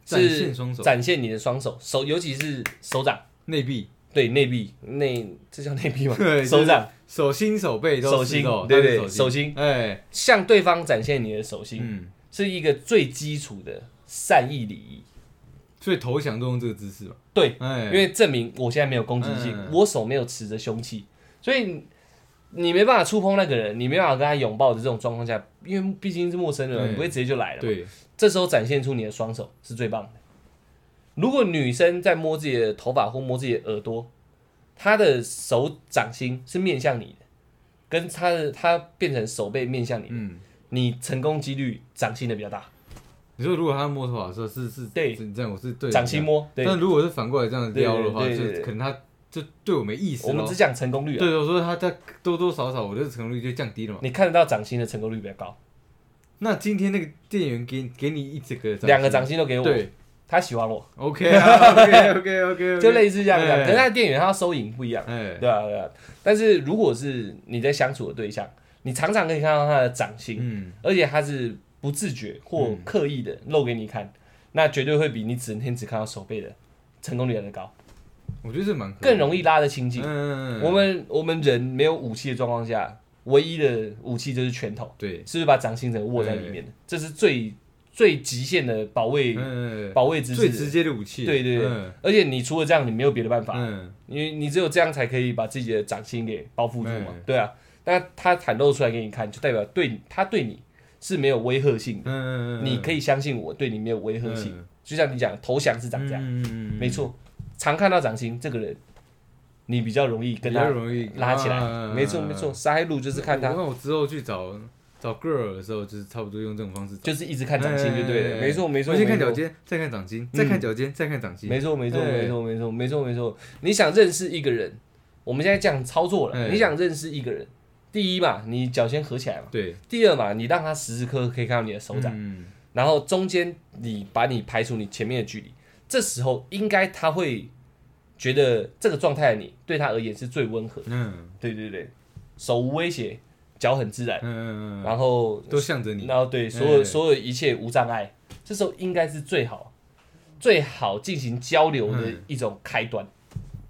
展
是
现双手
展现你的双手，手尤其是手掌，
内壁、
对内臂内这叫内臂吗
对？
手掌
手心、手背都
手
是
心
肉
对
但是
对
手
手心，
哎，
向对方展现你的手心，
嗯，
是一个最基础的善意礼仪。
所以投降都用这个姿势嘛，
对，
哎，
因为证明我现在没有攻击性，
嗯
我手没有持着凶器，所以你你没办法触碰那个人，你没办法跟他拥抱的这种状况下，因为毕竟是陌生人，
对
你不会直接就来了。，
对，
这时候展现出你的双手是最棒的。如果女生在摸自己的头发或摸自己的耳朵，她的手掌心是面向你的，跟她的她变成手背面向你，
嗯，
你成功几率掌心的比较大，
你说如果他摸头发的时候是是，
对
是这样我是对的
掌心摸。对，
但如果是反过来这样撩的话，
对
就
对对对
可能他就对我没意思
我
咯
们只讲成功率、啊，
对，我说他他多多少少我的成功率就降低了嘛。
你看得到掌心的成功率比较高，
那今天那个店员给给你一整个
两个掌心都给我，
对
他喜欢我，
，OK 啊，OK OK OK，
就类似这样这样。
哎
可是他的店员他收银不一样，
哎，
对啊对啊。但是如果是你在相处的对象，你常常可以看到他的掌心，
嗯，
而且他是不自觉或刻意的露给你看，那绝对会比你整天只看到手背的成功率来的高，
我觉得这蛮合理
更容易拉得亲近。
嗯，
我们我们人没有武器的状况下，唯一的武器就是拳头，
嗯对，
是不是把掌心整个握在里面的？这是最最极限的保卫、
嗯，
保卫姿势
最
了。
直接的武器，
对对对，
嗯
而且你除了这样，你没有别的办法。
嗯，
你你只有这样才可以把自己的掌心给包覆住嘛，
嗯
对啊。那他袒露出来给你看，就代表对你他对你是没有威吓性
嗯
的，
嗯，
你可以相信我对你没有威吓性。
嗯
就像你讲，投降是涨价，
嗯嗯嗯
啊没错。常看到掌心这个人，你比较容易跟
比较
他
容易嗯
拉起来，
啊
没错没错。沙黑路就是看他，
那我之后去找找 girl 的时候，就是差不多用这种方式找。
就是一直看掌心就对了，
哎
没错没错。
我先看
没错嗯
脚尖，再看掌心，再看脚尖，再看掌心。
没错，没错，
哎
没错，没错，没错，没错。你想认识一个人，我们现在这样操作了。
哎
你想认识一个人，第一嘛，你脚先合起来嘛；
对，
第二嘛，你让他时时刻刻可以看到你的手掌，
嗯
然后中间你把你排除你前面的距离。这时候应该他会觉得这个状态的你对他而言是最温和的。
嗯
对对对，手无威胁，脚很自然，
嗯嗯，
然后
都向着你。
然后对所有
哎
所有一切无障碍，这时候应该是最好最好进行交流的
嗯
一种开端，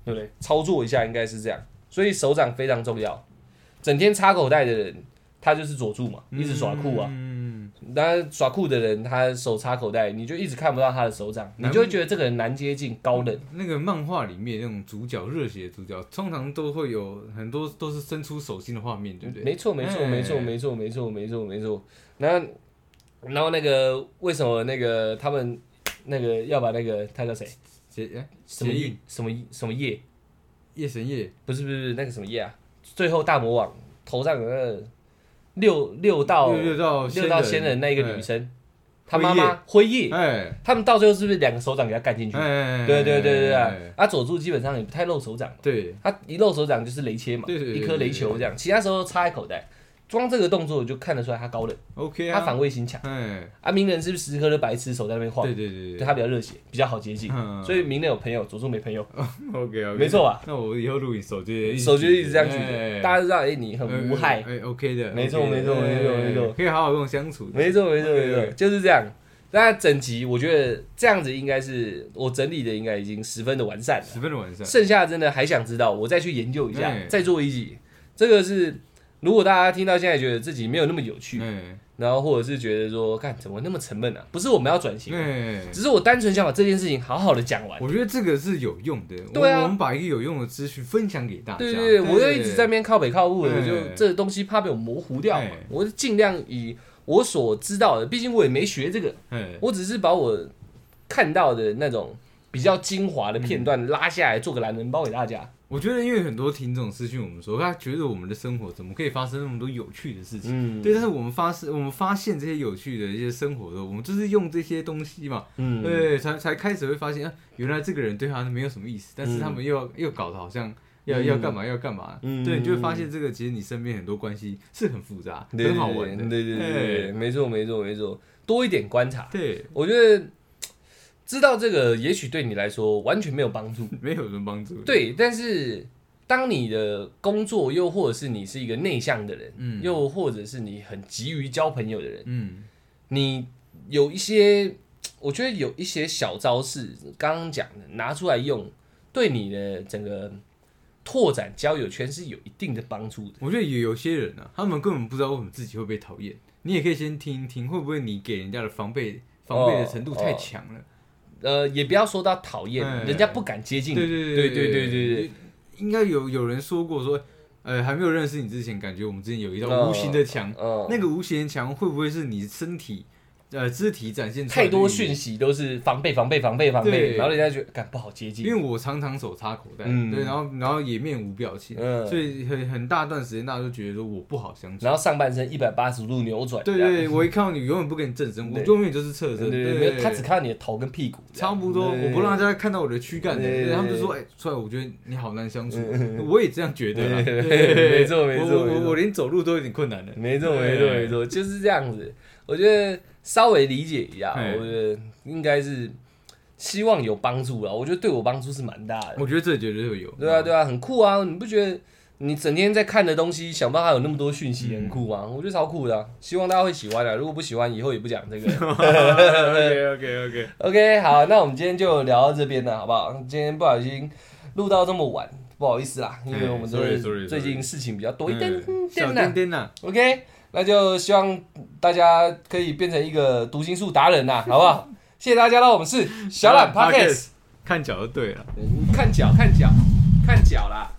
对不对？操作一下应该是这样，所以手掌非常重要。整天插口袋的人，他就是佐助嘛，一直耍酷啊。
嗯，
那耍酷的人，他手插口袋，你就一直看不到他的手掌，你
难
就会觉得这个人难接近、高冷。
嗯那个漫画里面那种主角热血的主角，通常都会有很多都是伸出手心的画面，对不对？
没错，没错，
哎
没错，没错，没错，没错，没错。然后，然后那个为什么那个他们那个要把那个他叫谁？
结哎
嗯什么
结印
什么什么夜？
夜神夜，
不是不是不是那个什么夜啊？最后大魔王头上有那个六六道
六六道
六道仙人那一个女，生，她
辉
妈妈辉夜，
哎
他们到最后是不是两个手掌给她干进去？
哎，
对对对对对啊
哎，
啊佐助基本上也不太露手掌嘛，
对，
他一露手掌就是雷切嘛，
对对对
一颗雷球这样，其他时候插在口袋。光这个动作我就看得出来他高冷，
OK
他
啊，
防卫心强。
哎，
啊，鸣人是不是时刻都白痴手在那边晃
对？对对
对，他比较热血，比较好接近，
嗯
所以鸣人有朋友，佐助没朋友，
，OK OK，
没错吧？
那我以后录影手机
手就一直这样举
哎
着，大家都知道，哎，你很无害，
哎，OK 的，
没错
OK 的
没错没错
哎
没错
可以好好跟我相处的，
没错没错没错
对，
就是这样。那整集我觉得这样子应该是我整理的，应该已经十分的完善了。
十分的完善，
剩下的真的还想知道，我再去研究一下
哎，
再做一集。这个是如果大家听到现在觉得自己没有那么有趣，
哎
然后或者是觉得说，干怎么那么沉闷啊？不是我们要转型，
哎，
只是我单纯想把这件事情好好的讲完。
我觉得这个是有用的。
对啊
我我们把一个有用的资讯分享给大家。
对对对，我就一直在那边靠北靠步的，
对
就这东西怕被我模糊掉嘛
哎，
我就尽量以我所知道的，毕竟我也没学这个，
哎
我只是把我看到的那种比较精华的片段拉下来，做个懒人包给大家。
我觉得，因为很多听众私讯我们说，他觉得我们的生活怎么可以发生那么多有趣的事情？
嗯，
对，但是我们发生，我们发现这些有趣的一些生活的时候，我们就是用这些东西嘛，
嗯，
对，才才开始会发现，啊，原来这个人对他没有什么意思，但是他们又要、又搞得好像要、
嗯
要干嘛要干嘛，
嗯
对，你就会发现这个其实你身边很多关系是很复杂，
对，
很好玩的，
对对对对对，
哎
没错没错没错，多一点观察，
对，
我觉得嘖知道这个也许对你来说完全没有帮助，
没有什么帮助，，
对，但是当你的工作又或者是你是一个内向的人，
嗯
又或者是你很急于交朋友的人，
嗯，
你有一些，我觉得有一些小招式，刚刚讲的拿出来用，对你的整个拓展交友圈是有一定的帮助的。
我觉得有有些人啊，他们根本不知道为什么自己会被讨厌，你也可以先听一听，会不会你给人家的防备防备的程度太强了？
呃，也不要说到讨厌，
哎
人家不敢接近你。
对对
对对对对对
对，应该有有人说过说，呃，还没有认识你之前，感觉我们之间有一
哦
道无形的墙，
嗯，
那个无形的墙会不会是你身体呃肢体展现出来的
太多
语言
讯？息都是防备、防备、防备、防备，
对
然后人家觉得，干不好接
因
近。
为我常常手插口袋，
嗯
对，然后然后也面无表情，
嗯
所以很很大段时间大家都觉得说我不好相处。
然后上半身一百八十度扭转，
对
这样
对，我一看到你永远不跟你正身，我
对
永远就是侧身。
对对
对
对，没有，他只看到你的头跟屁股，这
差
样
不多，我不让大。家看到我的躯干的。
对
对他们就
对嗯
说：“哎，帅，我觉得你好难相处。”我也这样觉得啦。
对
对
没错没错
我
没
我
错
我连走路都有点困难了。
没错，没错，
对
没错，就是这样子。我觉得稍微理解一下，
嘿
我觉得应该是希望有帮助了。我觉得对我帮助是蛮大的。
我觉得这绝对会有。
对 啊，对啊，很酷啊！你不觉得你整天在看的东西，想办法有那么多讯息，很酷吗？我觉得超酷的啊、希望大家会喜欢啊。如果不喜欢，以后也不讲这个。 啊
OK OK OK，
OK，好，那我们今天就聊到这边了，好不好？今天不小心录到这么晚，不好意思啦，因为
嗯
我们
sorry，
都
sorry，
是最
sorry
近事情比较嗯多一点
嗯小
点
颠
啦。
颠呐，
OK，那就希望大家可以变成一个读心术达人 呐、好不好？谢谢大家啦，我们是小懒 Pockets，嗯
看脚就对了。
看脚看脚看脚啦。